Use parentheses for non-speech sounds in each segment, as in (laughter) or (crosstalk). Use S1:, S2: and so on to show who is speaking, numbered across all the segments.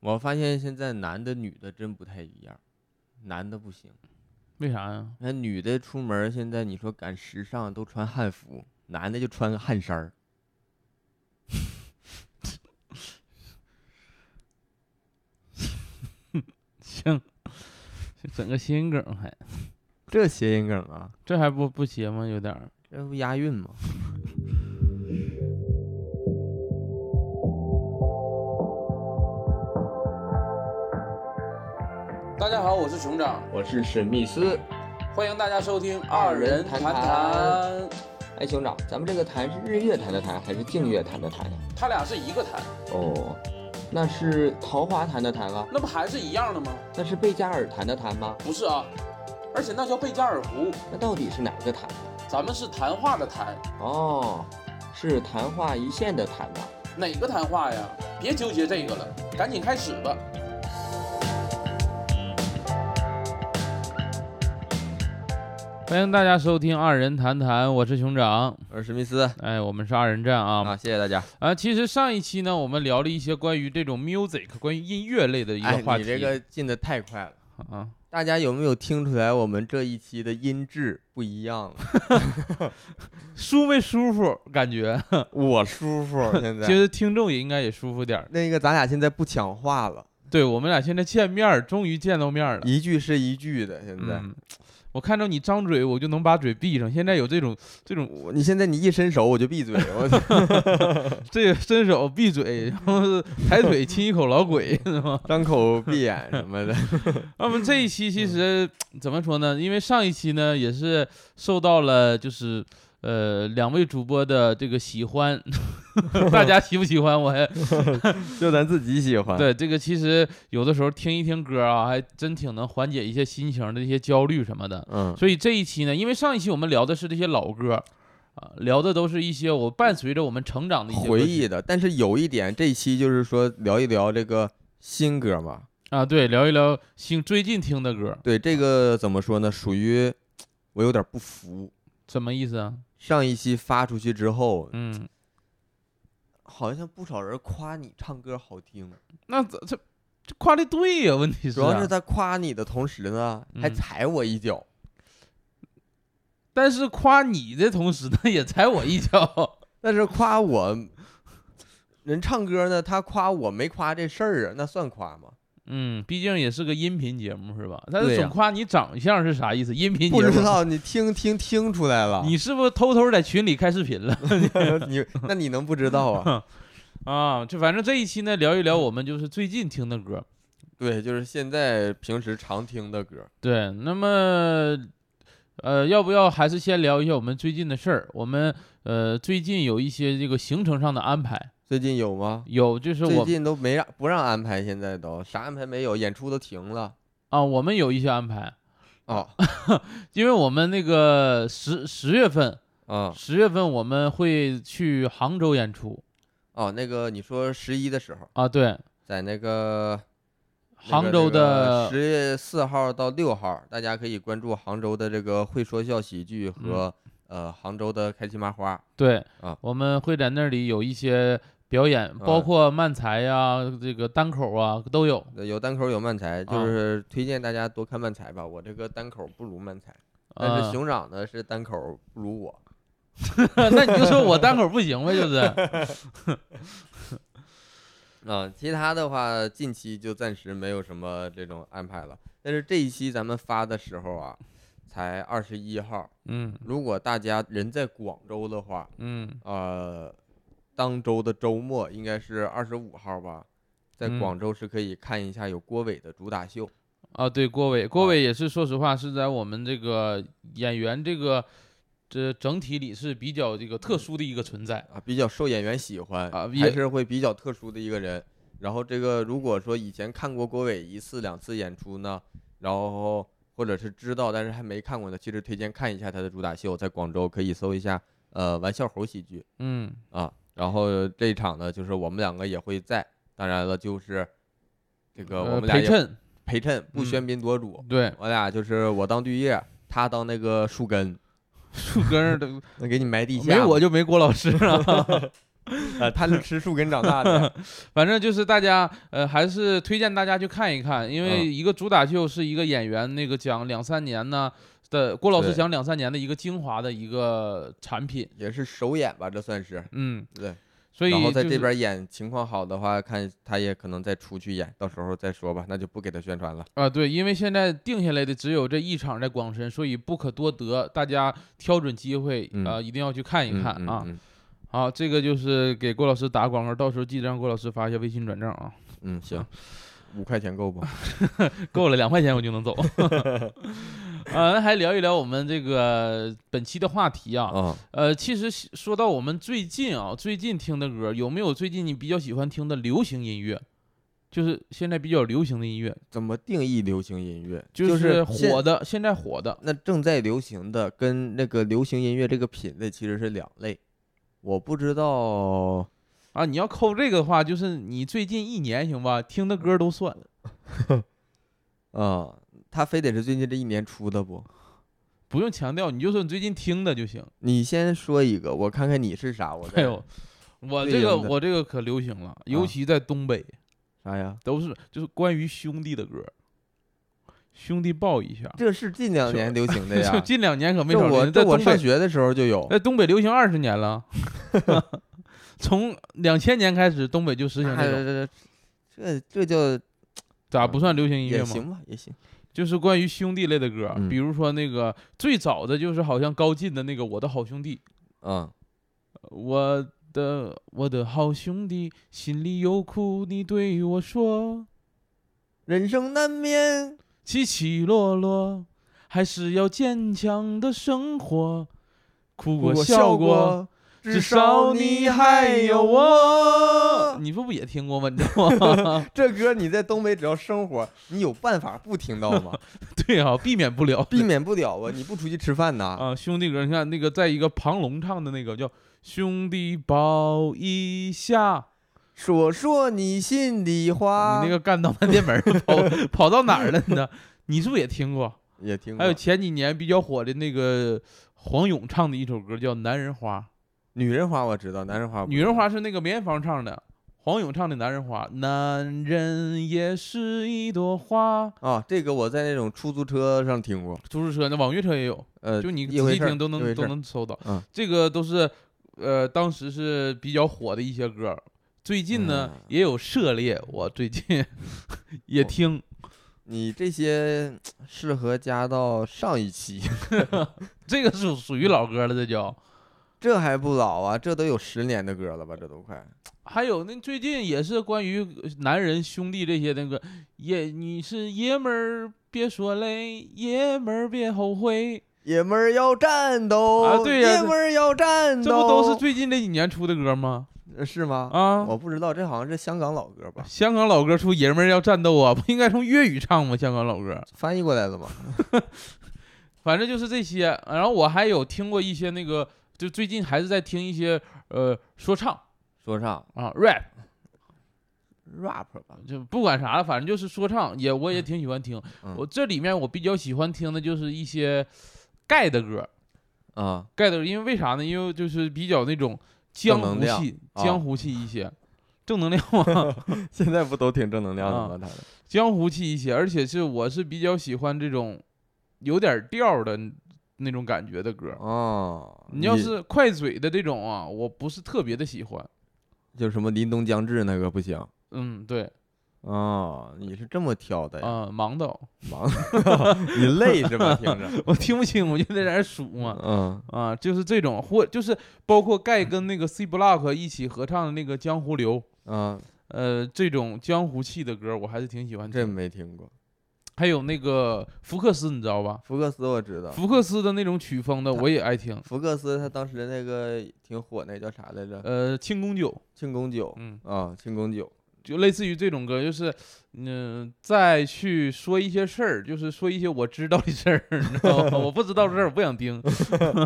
S1: 我发现现在男的女的真不太一样，男的不行。
S2: 为啥呀？
S1: 那女的出门儿现在你说赶时尚都穿汉服，男的就穿个汗衫儿。
S2: 行，整个谐音梗还
S1: 这谐音梗啊，
S2: 这还不不谐吗？有点儿。
S1: 这不押韵吗？
S3: 大家好，我是熊掌，
S1: 我是史密斯。
S3: 欢迎大家收听《
S4: 二人谈谈
S3: 谈》，
S4: 哎，兄长，咱们这个谈是日月潭的谈还是净月潭的潭呀？
S3: 他俩是一个谈，
S4: 哦，那是桃花潭的潭啊？
S3: 那不还是一样的吗？
S4: 那是贝加尔潭的潭吗？
S3: 不是啊，而且那叫贝加尔湖，
S4: 那到底是哪个潭？
S3: 咱们是谈话的谈，
S4: 哦，是昙花一现的昙吧？
S3: 哪个谈话呀？别纠结这个了，赶紧开始吧。
S2: 欢迎大家收听《二人谈谈》，我是熊掌。
S1: 我是史密斯
S2: 哎，我们是二人战啊
S1: 啊，谢谢大家。
S2: 啊！其实上一期呢，我们聊了一些关于这种 music、关于音乐类的一个
S1: 哎，
S2: 话
S1: 你
S2: 题。
S1: 这个进的太快了。
S2: 啊，
S1: 大家有没有听出来我们这一期的音质不一样
S2: (laughs)
S1: 了？
S2: 舒没舒服？感觉，
S1: 我舒服现
S2: 其
S1: 在。
S2: 实听众也应该也舒服点儿。
S1: 那个咱俩现在不抢话了，
S2: 对我们俩现在见面儿，终于见到面儿了。
S1: 一句是一句的。现在、
S2: 嗯，我看到你张嘴，我就能把嘴闭上。现在有这种这种
S1: 我你现在你一伸手我就闭嘴，
S2: (laughs)
S1: 我
S2: 这个伸手闭嘴，然后是抬腿亲一口老鬼，是吗？
S1: 张口闭眼什么
S2: (laughs)
S1: 的。
S2: 那么这一期其实怎么说呢？因为上一期呢也是受到了就是呃两位主播的这个喜欢， (laughs) 大家喜不喜欢我还
S1: 就咱自己喜欢。，
S2: 对这个其实有的时候听一听歌啊，还真挺能缓解一些心情的一些焦虑什么的。
S1: 嗯，
S2: 所以这一期呢，因为上一期我们聊的是这些老歌。啊，聊的都是一些我伴随着我们成长的一些歌
S1: 回
S2: 曲
S1: 忆的。但是有一点，这一期就是说聊一聊这个新歌嘛。
S2: 啊，对，聊一聊新最近听的歌，
S1: 对，这个怎么说呢？属于我有点不服。
S2: 什么意思啊？
S1: 上一期发出去之后，
S2: 嗯，
S1: 好像不少人夸你唱歌好听，
S2: 那这这这夸的对呀、问题是
S1: 主
S2: 啊、
S1: 要是在夸你的同时呢，还
S2: 嗯
S1: 踩我一脚。
S2: 但是夸你的同时呢，也踩我一脚。 (laughs)
S1: 但是夸我，人唱歌呢，他夸我没夸这事儿啊，那算夸吗？
S2: 嗯，毕竟也是个音频节目是吧？但
S1: 对
S2: 是
S1: 呀
S2: 总夸你长相是啥意思？音频节
S1: 不
S2: 目
S1: 知道你听听听出来了，
S2: 你是不是偷偷在群里开视频了 (laughs)
S1: 你那你能不知道啊？ (laughs)
S2: 啊？就反正这一期呢，聊一聊我们就是最近听的歌。
S1: 对，就是现在平时常听的歌。
S2: 对，那么呃，要不要还是先聊一下我们最近的事儿？我们呃最近有一些这个行程上的安排，
S1: 最近有吗？
S2: 有就是
S1: 最
S2: 我
S1: 近都没让不让安排，现在都啥安排没有，演出都停了。
S2: 啊，我们有一些安排， (laughs)
S1: 哦，
S2: 因为我们那个十十月份
S1: 啊
S2: 十月份我们会去杭州演出
S1: 哦，那个你说十一的时候，
S2: 啊，对，
S1: 在那个
S2: 杭州的
S1: 十月四号到六号，大家可以关注杭州的这个会说笑喜剧
S2: 嗯
S1: 和、呃杭州的开心麻花。
S2: 对，
S1: 啊
S2: 我们会在那里有一些表演，包
S1: 啊
S2: 括漫才呀、这个单口啊都有。
S1: 有单口有漫才，
S2: 啊
S1: 就是推荐大家多看漫才吧。我这个单口不如漫才，但是
S2: 呃，
S1: 熊掌呢是单口不如我。
S2: (laughs) 那你就说我单口不行呗，就是。
S1: 啊、其他的话近期就暂时没有什么这种安排了。但是这一期咱们发的时候啊，才二十一号。
S2: 嗯
S1: 如果大家人在广州的话，
S2: 嗯，
S1: 呃，当周的周末应该是二十五号吧，在
S2: 嗯
S1: 广州是可以看一下有郭伟的主打秀。
S2: 啊，对，郭伟，郭
S1: 啊
S2: 伟也是，说实话是在我们这个演员这个这整体里是比较这个特殊的一个存在。
S1: 啊，比较受演员喜欢
S2: 啊
S1: 嗯还
S2: 也
S1: 是会比较特殊的一个人。然后这个如果说以前看过郭伟一次两次演出呢，然后或者是知道但是还没看过的，其实推荐看一下他的主打秀，在广州可以搜一下呃玩笑猴喜剧
S2: 嗯，
S1: 啊。然后这一场呢，就是我们两个也会在，当然了就是这个我
S2: 呃，
S1: 们俩
S2: 陪
S1: 也
S2: 衬，
S1: 陪衬，不
S2: 嗯
S1: 喧宾夺主。
S2: 对， (laughs)
S1: 我俩就是我当绿叶，他当那个树根，
S2: 树根儿的，
S1: (laughs) 那给你埋地下
S2: 没
S1: 嘛。 (laughs)
S2: 我就没郭老师啊。
S1: 呃，他是吃树根长大 (laughs) 的，
S2: 反正就是大家呃，还是推荐大家去看一看，因为
S1: 嗯
S2: 一个主打秀是一个演员那个讲两三年呢的郭老师
S1: 对
S2: 讲两三年的一个精华的一个产品，
S1: 也是首演吧，这算是
S2: 嗯，
S1: 对。
S2: 所以
S1: 然后在
S2: 就
S1: 这
S2: 是
S1: 边演情况好的话，看他也可能再出去演，到时候再说吧，那就不给他宣传了。
S2: 啊，对，因为现在定下来的只有这一场在广深，所以不可多得，大家挑准机会啊、
S1: 嗯
S2: 呃一定要去看一看
S1: 嗯
S2: 啊。
S1: 嗯
S2: 好，这个就是给郭老师打广告，到时候记得让郭老师发一下微信转账啊。
S1: 嗯嗯行，五块钱够不？
S2: (laughs) 够了，两块钱我就能走。 (laughs) 啊，那还聊一聊我们这个本期的话题啊。
S1: 啊，
S2: 呃，其实是说到我们最近啊，最近听的歌，有没有最近你比较喜欢听的流行音乐？就是现在比较流行的音乐，
S1: 怎么定义流行音乐？
S2: 就是
S1: 现
S2: 火的，现在火的。
S1: 那正在流行的跟那个流行音乐这个品类其实是两类，我不知道，
S2: 啊，你要抠这个的话，就是你最近一年行吧，听的歌都算。
S1: 啊，他非得是最近这一年出的不？
S2: 不用强调，你就说你最近听的就行。
S1: 你先说一个，我看看你是啥，我
S2: 哎
S1: 再
S2: 呦，我
S1: 对
S2: 这个
S1: 应的
S2: 我这个可流行了，尤
S1: 啊
S2: 其在东北，
S1: 啥呀？
S2: 都是就是关于兄弟的歌，兄弟抱一下。
S1: 这是近两
S2: 是
S1: 年流行的
S2: (laughs) 就
S1: 呀。
S2: 近两年可没
S1: 这
S2: 少
S1: 我
S2: 流行在
S1: 这我
S2: 东北哎
S1: 上学的时候就有，
S2: 在东北流行二十年了， (laughs) 从两千年开始，东北就实行
S1: 哎
S2: 这种，
S1: 这这这这叫
S2: 咋不算流行音乐
S1: 也
S2: 吗？
S1: 行吧，也行。
S2: 就是关于兄弟类的歌，
S1: 嗯
S2: 比如说那个最早的就是好像高进的那个《我的好兄弟》，
S1: 嗯，
S2: 我的我的好兄弟，心里有苦你对我说，
S1: 人生难免
S2: 起起落落，还是要坚强的生活，哭过
S1: 我
S2: 笑过
S1: 过，至少你还有我。
S2: 啊你不不也听过吗？ (laughs) 你知道吗？
S1: 这歌你在东北只要生活，你有办法不听到
S2: (laughs)
S1: 吗？
S2: 对啊，避免不了。
S1: 避免不了啊！你不出去吃饭呐？
S2: 啊，兄弟歌，你看那个，在一个庞龙唱的那个叫《兄弟抱一下》，
S1: 说说你心里话。
S2: 你那个干到半店门儿跑 (laughs) 跑到哪儿了呢？你是不是也听过？
S1: 也听
S2: 还有
S1: 过，
S2: 前几年比较火的那个黄勇唱的一首歌叫《男人花
S1: 女人花我知道，男人啊花》，不
S2: 女人花是那个梅艳芳唱的，黄勇唱的《男人花》，男人也是一朵花。
S1: 啊，这个我在那种出租车上听过。
S2: 出租车那网约车也有，
S1: 呃，
S2: 就你
S1: 一
S2: 仔
S1: 回
S2: 细
S1: 事儿
S2: 听都
S1: 一
S2: 能
S1: 回
S2: 都
S1: 事儿
S2: 能搜到。
S1: 嗯
S2: 这个都是呃当时是比较火的一些歌儿。最近呢、
S1: 嗯
S2: 也有涉猎，我最近 (laughs) 也
S1: 哦
S2: 听。
S1: 你这些适合加到上一期，
S2: 这个是属于老歌了，这叫。
S1: 这还不老啊，这都有十年的歌了吧？这都快。
S2: 还有那最近也是关于呃男人兄弟这些那个爷，你是爷们儿别说累，爷们儿别后悔，
S1: 爷们儿要战斗
S2: 啊对呀
S1: 爷们儿要战
S2: 这
S1: 斗，
S2: 不都是最近这几年出的歌吗？
S1: 呃是吗？
S2: 啊，
S1: 我不知道，这好像是香港老歌吧？
S2: (laughs) 香港老歌出爷们儿要战斗啊，不应该从粤语唱吗？香港老歌。
S1: 翻译过来了吗？
S2: 反正就是这些。然后我还有听过一些那个，就最近还是在听一些呃说唱
S1: 说唱
S2: 啊 rap，
S1: rap 吧，
S2: 就不管啥了，反正就是说唱也我也挺喜欢听。
S1: 嗯
S2: 我这里面我比较喜欢听的就是一些盖的歌，
S1: 啊，
S2: 盖的歌，因为为啥呢？因为就是比较那种江
S1: 正能
S2: 湖
S1: 量
S2: 气，
S1: 啊
S2: 江湖气一些。
S1: (laughs)
S2: 正能量嘛，
S1: 现在不都挺正能量
S2: 啊
S1: 的吗？他的
S2: 江湖气一些，而且是我是比较喜欢这种有点调儿的那种感觉的歌。
S1: 哦，
S2: 你要是快嘴的这种啊，我不是特别的喜欢。
S1: 就是什么林东将至那个不行
S2: 嗯，对，
S1: 哦，你是这么挑的哎呀？
S2: 啊、盲导，
S1: 忙，你累是
S2: (laughs)
S1: 吧？听着，
S2: 我听不清，我就在那儿数嘛。
S1: 嗯
S2: 啊，就是这种，或就是包括盖跟那个 C Block 一起合唱的那个《江湖流》，
S1: 嗯，
S2: 呃，这种江湖气的歌，我还是挺喜欢
S1: 这
S2: 听。
S1: 没听过。
S2: 还有那个福克斯，你知道吧？
S1: 福克斯我知道，
S2: 福克斯的那种曲风的，
S1: 他
S2: 我也爱听。
S1: 福克斯他当时那个挺火，那叫啥来着？
S2: 呃，庆功酒，
S1: 庆功酒
S2: 嗯，
S1: 啊，庆功酒。
S2: 就类似于这种歌，就是嗯、再去说一些事儿，就是说一些我知道的事儿，你知道吗？我不知道的事儿，我不想听， (laughs)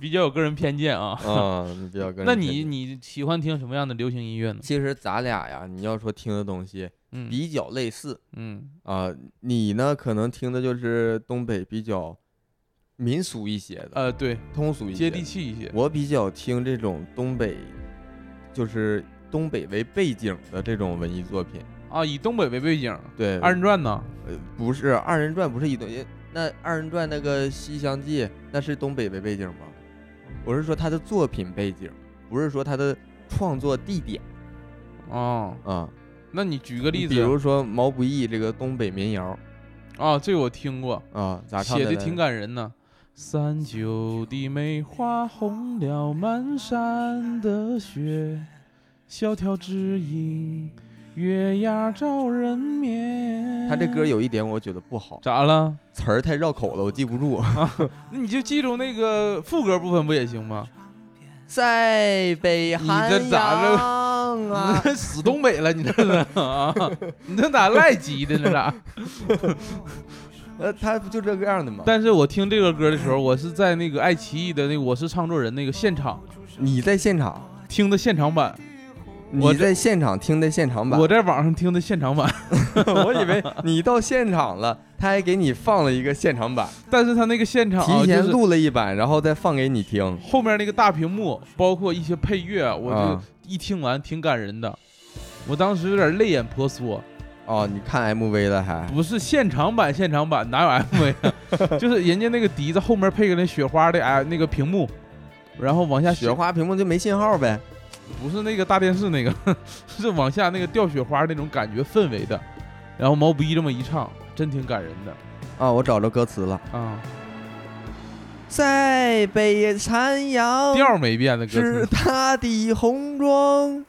S2: 比较有个人偏见啊。 (laughs)
S1: 啊，你比较跟人
S2: 那
S1: 偏
S2: 你
S1: 见
S2: 你喜欢听什么样的流行音乐呢？
S1: 其实咱俩呀，你要说听的东西
S2: 嗯
S1: 比较类似
S2: 嗯
S1: 啊、你呢可能听的就是东北比较民俗一些的，
S2: 呃，对，
S1: 通俗一些
S2: 接
S1: 的
S2: 地气一些。
S1: 我比较听这种东北就是东北为背景的这种文艺作品。
S2: 啊，以东北为背景，
S1: 对，
S2: 二人转呢？
S1: 呃不是二人转，不是以东那二人转那个《西厢记》，那是东北为背景吗？我是说他的作品背景，不是说他的创作地点
S2: 哦，
S1: 啊。
S2: 那你举个
S1: 你
S2: 例子，
S1: 比如说毛不易这个东北民谣
S2: 啊，这个我听过，
S1: 啊，咋唱
S2: 写的
S1: 来
S2: 挺感人呢。三九的梅花红了满山的雪，萧条之影，月牙照人眠。
S1: 他这歌有一点我觉得不好，
S2: 咋了？
S1: 词儿太绕口了，我记不
S2: (laughs)
S1: 住。
S2: 那你就记住那个副歌部分不也行吗？
S1: 在北
S2: 你
S1: 寒
S2: 这咋着
S1: 洋 (laughs)
S2: 你
S1: 啊，
S2: 这 (laughs) 死东北了，你这是啊？你这咋赖鸡的呢？咋？
S1: 呃，他不就这个样的吗？
S2: 但是我听这个歌的时候，我是在那个爱奇艺的那个《我是唱作人》那个现场
S1: 你在现场，
S2: 听的现场版，我
S1: 你在现场听的现场版，
S2: 我在网上听的现场版，
S1: (laughs) 我以为你到现场了，他还给你放了一个现场版，
S2: 但是他那个现场啊
S1: 提前
S2: 就是
S1: 录了一版，然后再放给你听。
S2: 后面那个大屏幕，包括一些配乐，我就
S1: 啊
S2: 一听完挺感人的。我当时有点泪眼婆娑，
S1: 哦，你看 MV 了还？
S2: 不是现场版，现场版哪有 MV
S1: (laughs)
S2: 啊？就是人家那个笛子后面配个那雪花的哎那个屏幕，然后往下
S1: 雪，花屏幕就没信号呗？
S2: 不是那个大电视那个， (laughs) 是往下那个掉雪花那种感觉氛围的。然后毛不易这么一唱，真挺感人的
S1: 啊，我找着歌词了，
S2: 啊，
S1: 在北残阳
S2: 调儿没变的歌
S1: 是
S2: 词，
S1: 他的红妆，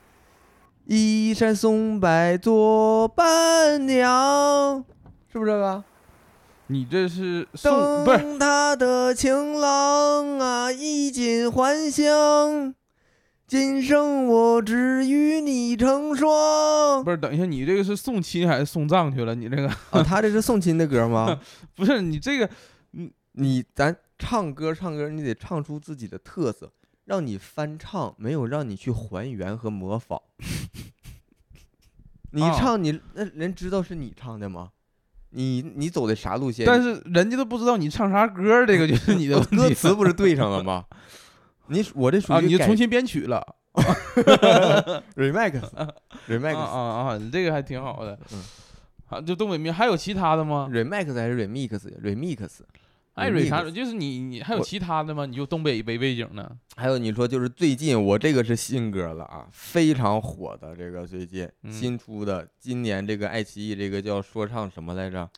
S1: 衣衫松柏做伴娘，是不是这个？
S2: 你这是送不是
S1: 等他的情郎啊，衣锦还乡。今生我只与你成双。
S2: 不是？等一下，你这个是送亲还是送葬去了？你这个
S1: 啊，他这是送亲的歌
S2: (laughs)
S1: 吗？
S2: 不是你这个
S1: 你咱唱歌唱歌，你得唱出自己的特色，让你翻唱，没有让你去还原和模
S2: (laughs)
S1: 仿。你
S2: 啊
S1: 唱你那人知道是你唱的吗？你你走的啥路线？
S2: 但是人家都不知道你唱啥歌儿，这个就是 (laughs) 你的
S1: 我
S2: 问题。
S1: 歌词不是对上了
S2: (laughs)
S1: 吗？你我这属于
S2: 啊，你就
S1: 改
S2: 重新编曲了。
S1: (laughs) remix
S2: 啊
S1: remix
S2: 啊啊！你这个还挺好的
S1: 嗯。
S2: 啊，就东北民还有其他的吗？
S1: remix 还是 remix remix？
S2: 爱蕊啥？
S1: 啊哎 remix
S2: 就是你你还有
S1: 我
S2: 其他的吗？你就东北为背景呢？
S1: 还有你说就是最近我这个是新歌了啊，非常火的这个最近
S2: 嗯
S1: 新出的，今年这个爱奇艺这个叫说唱什么来着？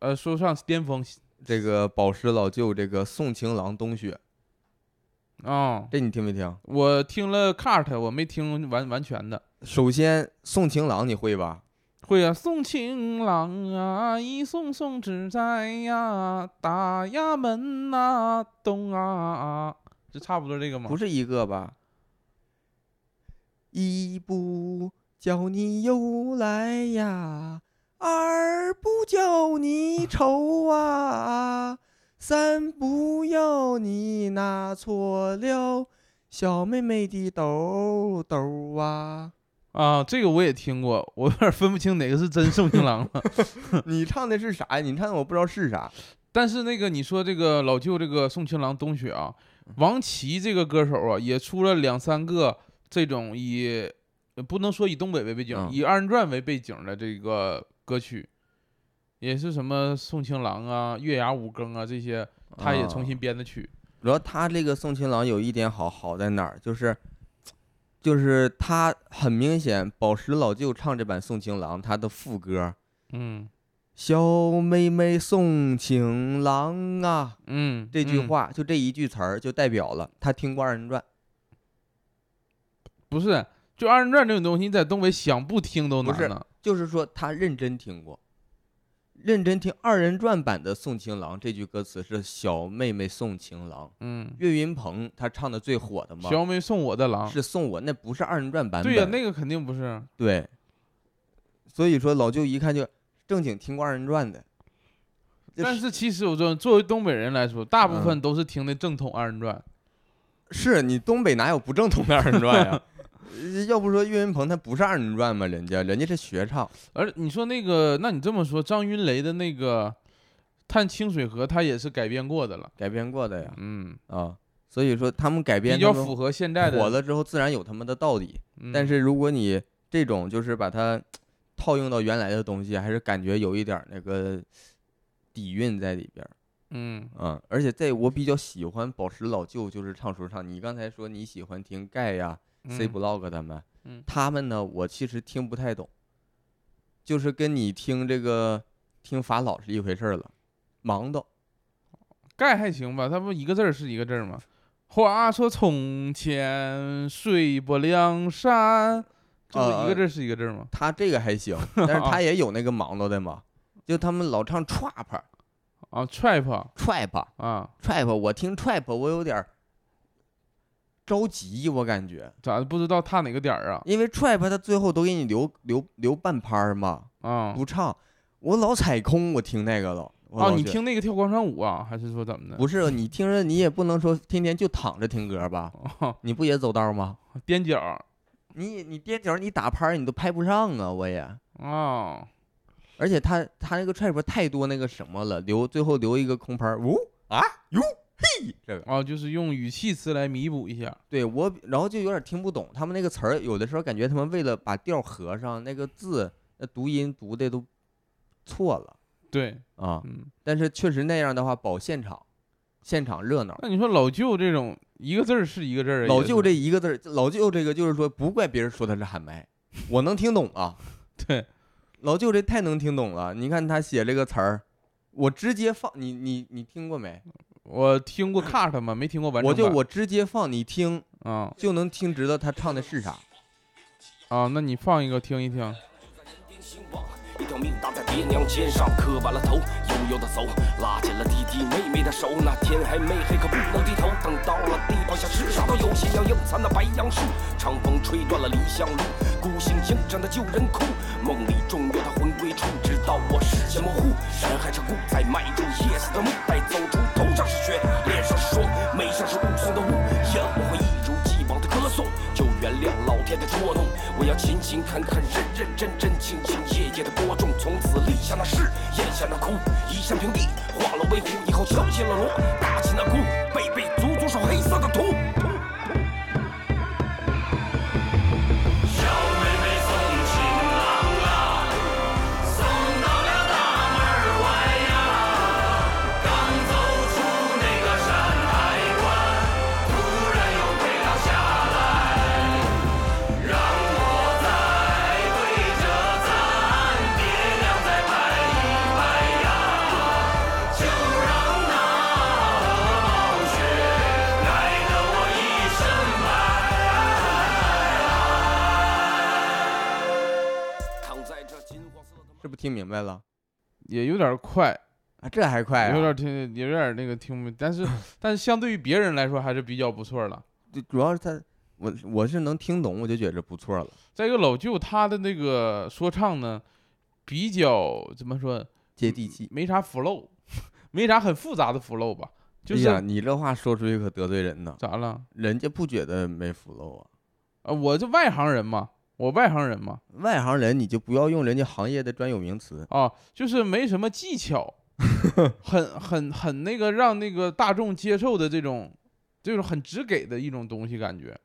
S2: 呃，说唱巅峰
S1: 这个宝石老舅这个送情郎冬雪，
S2: 啊，
S1: 这你听没听？
S2: 我听了 cut，我没听完完全的。
S1: 首先送情郎你会吧？
S2: 会啊，送情郎啊，一送送只在呀，打呀门呐、咚啊啊，就差不多这个吗
S1: 不？是一个吧？一不叫你又来呀，二不叫你愁啊，三不要你拿错了小妹妹的兜兜啊。 (laughs)
S2: 啊，这个我也听过，我有点分不清哪个是真宋情郎了。 (laughs)
S1: 你唱的是啥呀？你唱的我不知道是啥。
S2: 但是那个你说这个老舅这个宋情郎冬雪啊，
S1: 嗯
S2: 王琦这个歌手啊，也出了两三个这种以呃不能说以东北为背景，
S1: 嗯
S2: 以二人转为背景的这个歌曲，也是什么宋情郎啊、月牙五更啊这些，他也重
S1: 啊
S2: 新编的曲。
S1: 主要他这个宋情郎有一点好，好在哪儿？就是，就是他很明显，宝石老舅唱这版宋情郎，他的副歌
S2: 嗯
S1: “小妹妹送情郎啊”
S2: 嗯，
S1: 这句
S2: 嗯
S1: 话，就这一句词儿就代表了他听过二人转，
S2: 不是就二人转这种东西，你在东北想不听都
S1: 不是
S2: 难呢。
S1: 就是说他认真听过，认真听二人转版的宋情郎这句歌词是“小妹妹送情郎”。
S2: 嗯，
S1: 岳云鹏他唱的最火的嘛，
S2: 小妹送我的郎，
S1: 是送我，那不是二人转版本。
S2: 对呀、那个肯定不是。
S1: 对，所以说老舅一看就正经听过二人转的，就
S2: 但
S1: 是
S2: 是其实我说，作为东北人来说，大部
S1: 嗯
S2: 分都是听的正统二人转。
S1: 是你东北哪有不正统的二人转呀？ (laughs) 呃要不说岳云鹏他不是二人转吗？人家人家是学唱，
S2: 而你说那个，那你这么说，张云雷的那个《探清水河》，他也是改编过的了。
S1: 改编过的呀
S2: 嗯，
S1: 啊，所以说他们改编
S2: 比较
S1: 他们
S2: 符合现在的
S1: 火了之后，自然有他们的道理。
S2: 嗯
S1: 但是如果你这种就是把它套用到原来的东西，还是感觉有一点儿那个底蕴在里边儿。
S2: 嗯
S1: 嗯，而且在我比较喜欢保持老旧，就是唱说唱。你刚才说你喜欢听盖呀、C
S2: 嗯
S1: Block 他们，
S2: 嗯
S1: 他们呢，我其实听不太懂，就是跟你听这个听法老是一回事儿了。忙的，
S2: 盖还行吧，它不一个字儿是一个字儿吗？话说从前水泊梁山，这
S1: 啊
S2: 不一个字儿是一个字儿吗？
S1: 他这个还
S2: (laughs)
S1: 行，但是
S2: 啊
S1: 他也有那个忙的的嘛，就他们老唱 trap
S2: 啊，trap
S1: trap
S2: 啊，
S1: trap，我听 trap 我有点儿着急，我感觉，
S2: 咋不知道踏哪个点儿啊？
S1: 因为 trap 它最后都给你留留留半拍儿嘛，
S2: 啊
S1: 不唱，我老踩空，我听那个了。我
S2: 啊，
S1: 老
S2: 你
S1: 觉
S2: 听那个跳广场舞啊，还是说怎么的？
S1: 不是你听着，你也不能说天天就躺着听歌吧？
S2: 啊，
S1: 你不也走道吗？
S2: 踮脚儿
S1: 你你踮脚你打拍儿你都拍不上啊！我也，哦
S2: 啊，
S1: 而且他他那个 trap 太多那个什么了，留最后留一个空拍儿，呜啊哟嘿，这个
S2: 啊，就是用语气词来弥补一下。
S1: 对我，然后就有点听不懂他们那个词儿，有的时候感觉他们为了把调合上，那个字那读音读的都错了
S2: 对，
S1: 啊。
S2: 嗯，
S1: 但是确实那样的话保现场，现场热闹。
S2: 那你说老舅这种一个字儿是一个字儿，啊
S1: 老
S2: 也
S1: 舅
S2: 是
S1: 这一个字儿，老舅这个就是说，不怪别人说他是喊麦，我能听懂啊。
S2: 对，
S1: 老舅这太能听懂了，你看他写这个词儿，我直接放你你你听过没？
S2: 我听过 cut 嘛，没听过完整
S1: 我就
S2: 版
S1: 我直接放你听，
S2: 啊
S1: 就能听知道他唱的是啥。
S2: 啊，那你放一个听一听。
S5: 边行往，一条命搭在爹娘肩上，磕完了头，悠悠的走，拉紧了弟弟妹妹的手。那天还没黑，可不能低头。等到了地跑下，时啥都有。斜阳映残的白杨树，长风吹断了梨香路，孤星映照的旧人哭。梦里中药它魂归处，直到我视线模糊，人还是故在迈入夜色的墓，待走出头上是雪，脸上是霜，眉上是雾凇的雾。烟我会一如既往的歌颂，就原谅老天的捉弄。我要勤勤恳恳，认认真真，兢兢业业的播种，从此立下那誓，咽下那哭，一山平地，化了为虎，以后敲起了锣，打起那鼓，背背足足是黑色的土。躺在这金黄色的。
S1: 是不是听明白了？
S2: 也有点儿快，
S1: 啊，这还快
S2: 有点
S1: 啊！
S2: 儿听，有点儿那个听不，
S1: (laughs)
S2: 但是但是相对于别人来说还是比较不错了。
S1: 就主要是他，我我是能听懂，我就觉着不错了。
S2: 再一个，老舅他的那个说唱呢，比较怎么说，
S1: 接地气。
S2: 没啥 flow，没 (laughs) 啥很复杂的 flow 吧，就
S1: 哎
S2: 是、
S1: 呀，你这话说出去可得罪人呢，
S2: 咋了？
S1: 人家不觉得没 flow 啊。
S2: 啊，我这外行人嘛，我外行人嘛，
S1: 外行人你就不要用人家行业的专有名词，
S2: 啊，就是没什么技
S1: (laughs)
S2: 巧，很很很那个让那个大众接受的这种，这种很直给的一种东西感觉，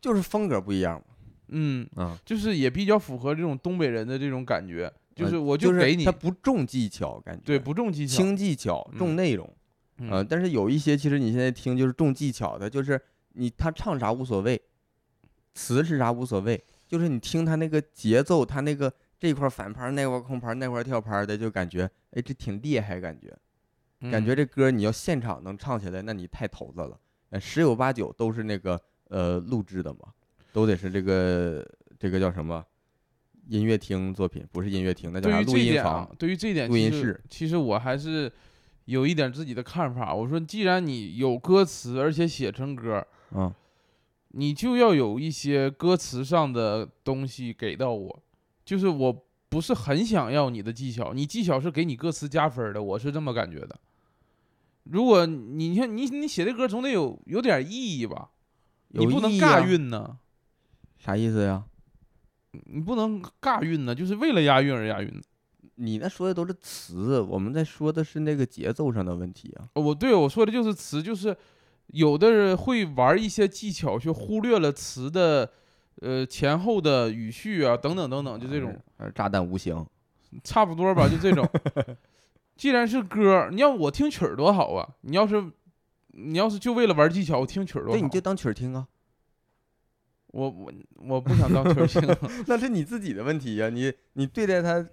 S1: 就是风格不一样嘛。
S2: 嗯，
S1: 啊，
S2: 就是也比较符合这种东北人的这种感觉，就
S1: 呃
S2: 是我
S1: 就是
S2: 给你，
S1: 他不重技巧，感觉
S2: 对，不重技巧，
S1: 轻技巧，重
S2: 嗯
S1: 内容
S2: 嗯
S1: 啊、但是有一些其实你现在听就是重技巧的，就是你他唱啥无所谓，词是啥无所谓，就是你听他那个节奏，他那个这块儿反拍儿，那块儿空拍儿，那块儿跳拍儿的，就感觉哎这挺厉害，感觉感
S2: 嗯
S1: 觉这歌你要现场能唱起来，那你太头子了。呃，十有八九都是那个呃录制的嘛，都得是这个这个叫什么音乐厅作品，不是音乐厅，那叫
S2: 对
S1: 啥
S2: 于
S1: 录
S2: 这一
S1: 音
S2: 点
S1: 房
S2: 啊，。对于这一点，
S1: 录
S2: 其
S1: 音
S2: 实
S1: 室
S2: 其实我还是有一点自己的看法。我说，既然你有歌词，而且写成歌，
S1: 嗯，
S2: 你就要有一些歌词上的东西给到我，就是我不是很想要你的技巧，你技巧是给你歌词加分儿的，我是这么感觉的。如果你你看你你写这歌总得有有点意义吧，你
S1: 有
S2: 不能
S1: 意义啊
S2: 尬韵呢，
S1: 啥意思呀？
S2: 你不能尬韵呢，就是为了押韵而押韵。
S1: 你那说的都是词，我们在说的是那个节奏上的问题啊。
S2: 我对我说的就是词，就是有的人会玩一些技巧，却忽略了词的，呃前后的语序啊，等等等等，就这种，
S1: 呃炸弹无形，
S2: 差不多吧，就
S1: (laughs)
S2: 这种。既然是歌儿，你要我听曲儿多好啊！你要是你要是就为了玩技巧，我听曲儿多好。
S1: 对，你就当曲儿听啊，
S2: 我我我不想当球
S1: (laughs)
S2: 星，
S1: (laughs) 那是你自己的问题呀、你你对待它，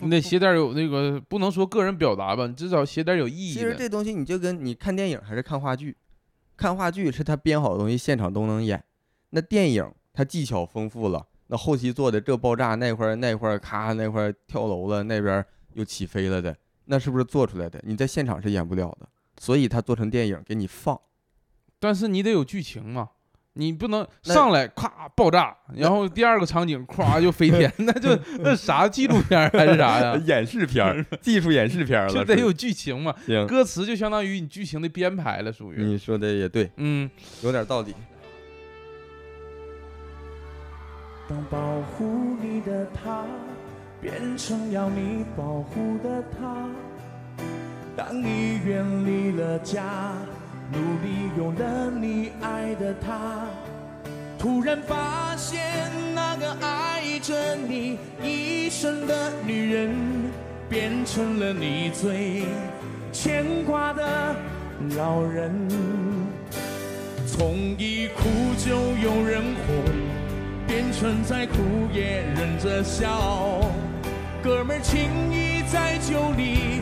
S2: 你得写点儿有那个，不能说个人表达吧，你至少写点儿有意
S1: 其
S2: 义
S1: 实
S2: 的。
S1: 这东西你就跟你看电影还是看话剧，看话剧是他编好的东西，现场都能演。那电影它技巧丰富了，那后期做的这爆炸那块儿那块儿咔那块儿跳楼了，那边儿又起飞了的，那是不是做出来的？你在现场是演不了的，所以它做成电影给你 (laughs) 放。
S2: 但是你得有剧情嘛，你不能
S1: 那？
S2: 上来咔爆炸，然后第二个场景咵就飞天，那就那啥纪录片儿还是啥呀
S1: 哎 (laughs) 演示片儿，技术演示片儿
S2: 就
S1: 了，
S2: 得
S1: 是
S2: 有剧情嘛，
S1: 行。
S2: 歌词就相当于你剧情的编排了，属于。
S1: 你说的也对，
S2: 嗯，
S1: 有点道理。
S6: 当保护你的他变成要你保护的他，当你远离了家，努力有了你爱的他，突然发现那个爱着你一生的女人，变成了你最牵挂的老人。从一哭就有人哄。变成再苦也忍着笑。哥们儿情谊在酒里，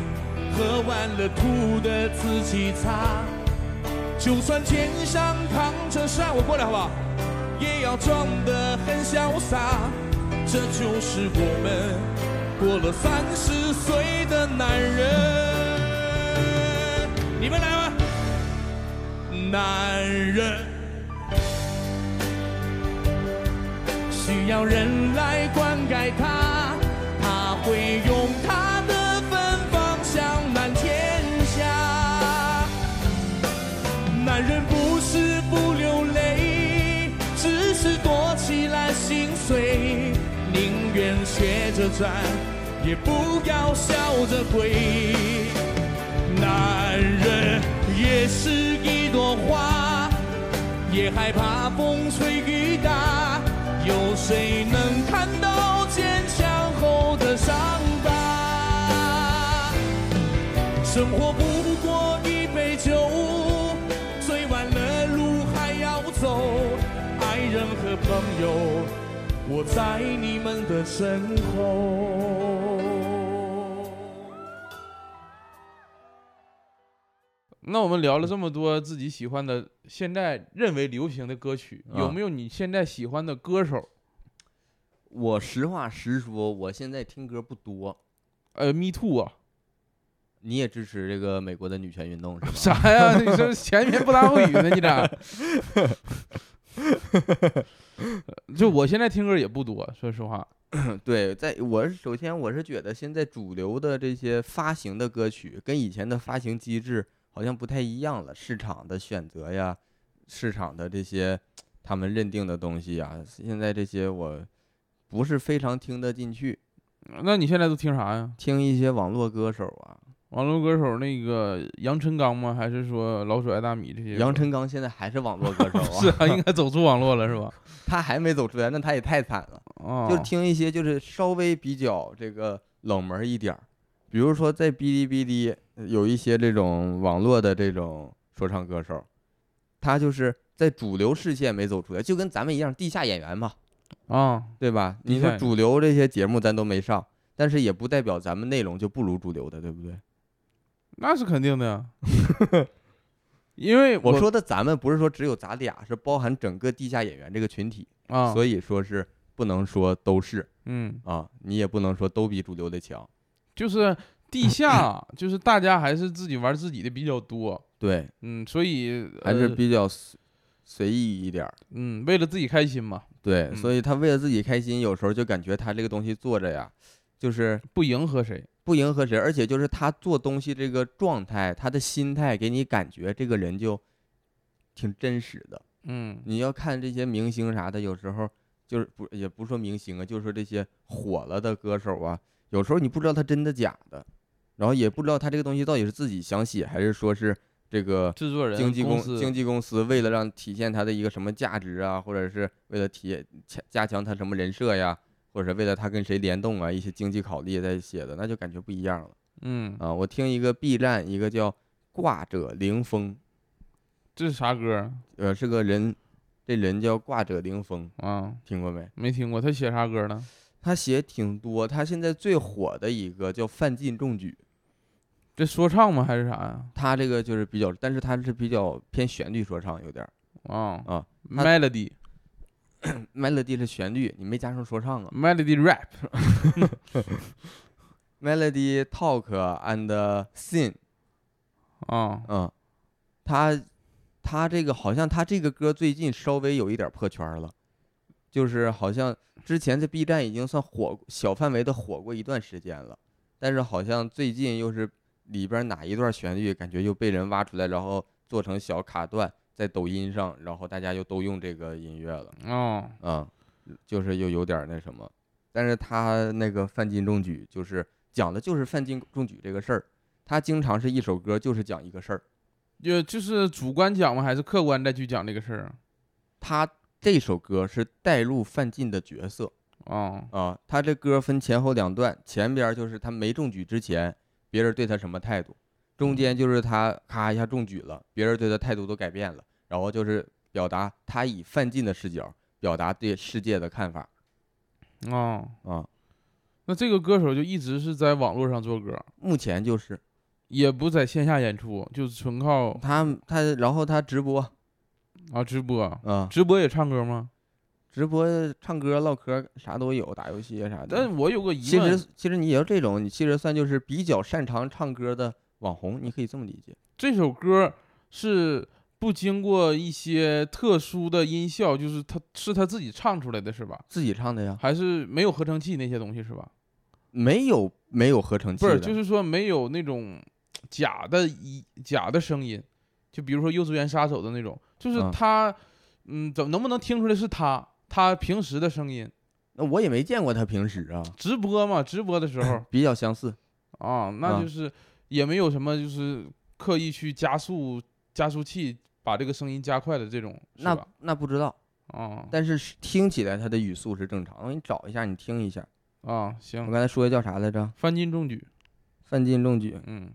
S6: 喝完了吐的自己擦。就算肩上扛着山，我过来好不好？也要装得很潇洒。这就是我们过了三十岁的男人。你们来吗？男人。需要人来灌溉它，它会用它的芬芳香满天下。男人不是不流泪，只是躲起来心碎，宁愿斜着站，也不要笑着跪。男人也是一朵花。也害怕风吹雨打，有谁能看到坚强后的伤疤？生活不过一杯酒，醉完了路还要走，爱人和朋友，我在你们的身后。
S2: 那我们聊了这么多自己喜欢的，现在认为流行的歌曲，
S1: 啊
S2: 有没有你现在喜欢的歌手？
S1: 我实话实说，我现在听歌不多。
S2: 呃，Me Too 啊，
S1: 你也支持这个美国的女权运动是吧？
S2: (laughs) 啥呀？你 (laughs) 这前言不搭后语呢？你咋？就我现在听歌也不多，说实话，
S1: 对，在我是首先我是觉得现在主流的这些发行的歌曲跟以前的发行机制好像不太一样了，市场的选择呀，市场的这些他们认定的东西呀，现在这些我不是非常听得进去，
S2: 那你现在都听啥呀？
S1: 听一些网络歌手啊，
S2: 网络歌手那个杨臣刚吗？还是说老鼠爱大米这些？
S1: 杨臣刚现在还是网络歌手
S2: 是
S1: 啊，
S2: 啊，应该走出网络了是吧？
S1: 他还没走出来，那他也太惨了。
S2: 啊，
S1: 就听一些就是稍微比较这个冷门儿一点儿，比如说在哔哩哔哩呃有一些这种网络的这种说唱歌手，他就是在主流视线没走出来，就跟咱们一样，地下演员嘛，
S2: 啊，
S1: 对吧？你
S2: 地下
S1: 说
S2: 演
S1: 主流这些节目咱都没上，但是也不代表咱们内容就不如主流的，对不对？
S2: 那是肯定的 (laughs) 呀，因为
S1: 我说的咱们不是说只有咱俩，是包含整个地下演员这个群体，
S2: 啊，
S1: 所
S2: 以
S1: 以说是不能说都是
S2: 嗯，
S1: 啊，你也不能说都比主流的强，
S2: 就是地下，就是大家还是自己玩自己的比较多，
S1: 对。
S2: 嗯，所以
S1: 还是
S2: 呃
S1: 比较随随意一点儿。
S2: 嗯，为了自己开心嘛，
S1: 对，
S2: 嗯
S1: 所以他为了自己开心，有时候就感觉他这个东西做着呀，就是
S2: 不迎合谁，
S1: 不迎合谁，而且就是他做东西这个状态，他的心态给你感觉这个人就挺真实的。
S2: 嗯
S1: 你要看这些明星啥的，有时候就是不也不是说明星啊，就是说这些火了的歌手啊，有时候你不知道他真的假的，然后也不知道他这个东西到底是自己想写还是说是这个
S2: 制作人
S1: 经纪公
S2: 司
S1: 经纪公司为了让体现他的一个什么价值啊，或者是为了体加加强他什么人设呀，或者是为了他跟谁联动啊，一些经济考虑在写的，那就感觉不一样了
S2: 嗯，
S1: 啊。我听一个 B 站一个叫挂者凌风，
S2: 这是啥歌儿
S1: 呃，是个人，这人叫挂者凌风，
S2: 啊？
S1: 听过没？
S2: 没听过，他写啥歌呢？
S1: 他写挺多，他现在最火的一个叫范进中举，
S2: 这说唱吗？还是啥呀？
S1: 他这个就是比较，但是他是比较偏旋律说唱，有点儿
S2: 啊
S1: 啊他
S2: m e l o d y
S1: melody 是旋律，你没加上说唱啊。
S2: melody rap，
S1: Melody Talk and Sing，
S2: 啊，
S1: 嗯，他他这个好像他这个歌最近稍微有一点破圈儿了，就是好像之前在 B 站已经算火小范围的火过一段时间了，但是好像最近又是里边儿哪一段旋律感觉又被人挖出来，然后做成小卡段在抖音上，然后大家又都用这个音乐了，
S2: 哦，
S1: 嗯，就是又有点儿那什么，但是他那个范进中举就是讲的就是范进中举这个事儿，他经常是一首歌就是讲一个事儿，
S2: 就就是主观讲吗？还是客观再去讲这个事儿？
S1: 他这首歌是带入范进的角色
S2: 哦，
S1: 啊，他这歌分前后两段，前边儿就是他没中举之前别人对他什么态度，中间就是他咔一下中举了，别人对他态度都改变了，然后就是表达他以范进的视角表达对世界的看法
S2: 哦，
S1: 啊，
S2: 那这个歌手就一直是在网络上做歌，
S1: 目前就是。
S2: 也不在线下演出，就是纯靠
S1: 他他，然后他直播
S2: 啊直播。
S1: 啊，
S2: 直播也唱歌吗？
S1: 直播唱歌、唠嗑啥都有，打游戏啊啥的
S2: 但。我有个疑
S1: 其
S2: 问，
S1: 实其实你要这种，你其实算就是比较擅长唱歌的网红，你可以这么理解。
S2: 这首歌是不经过一些特殊的音效，就是他是他自己唱出来的是吧？
S1: 自己唱的呀，
S2: 还是没有合成器那些东西是吧？
S1: 没有没有合成器
S2: 不
S1: 的，
S2: 是，就是说没有那种假的一假的声音，就比如说《幼稚园杀手》的那种，就是
S1: 嗯
S2: 他，嗯，怎么能不能听出来是他他平时的声音？
S1: 那我也没见过他平时啊，
S2: 直播嘛，直播的时候
S1: 比较相似。
S2: 啊，
S1: 嗯
S2: 那就是也没有什么就是刻意去加速加速器把这个声音加快的这种，是
S1: 那
S2: 吧？
S1: 那不知道，
S2: 啊
S1: 但是是听起来他的语速是正常的。我给你找一下，你听一下。
S2: 啊，
S1: 我
S2: 行
S1: 刚，才说的叫啥来着？
S2: 翻进中举，
S1: 范进中举。
S2: 嗯，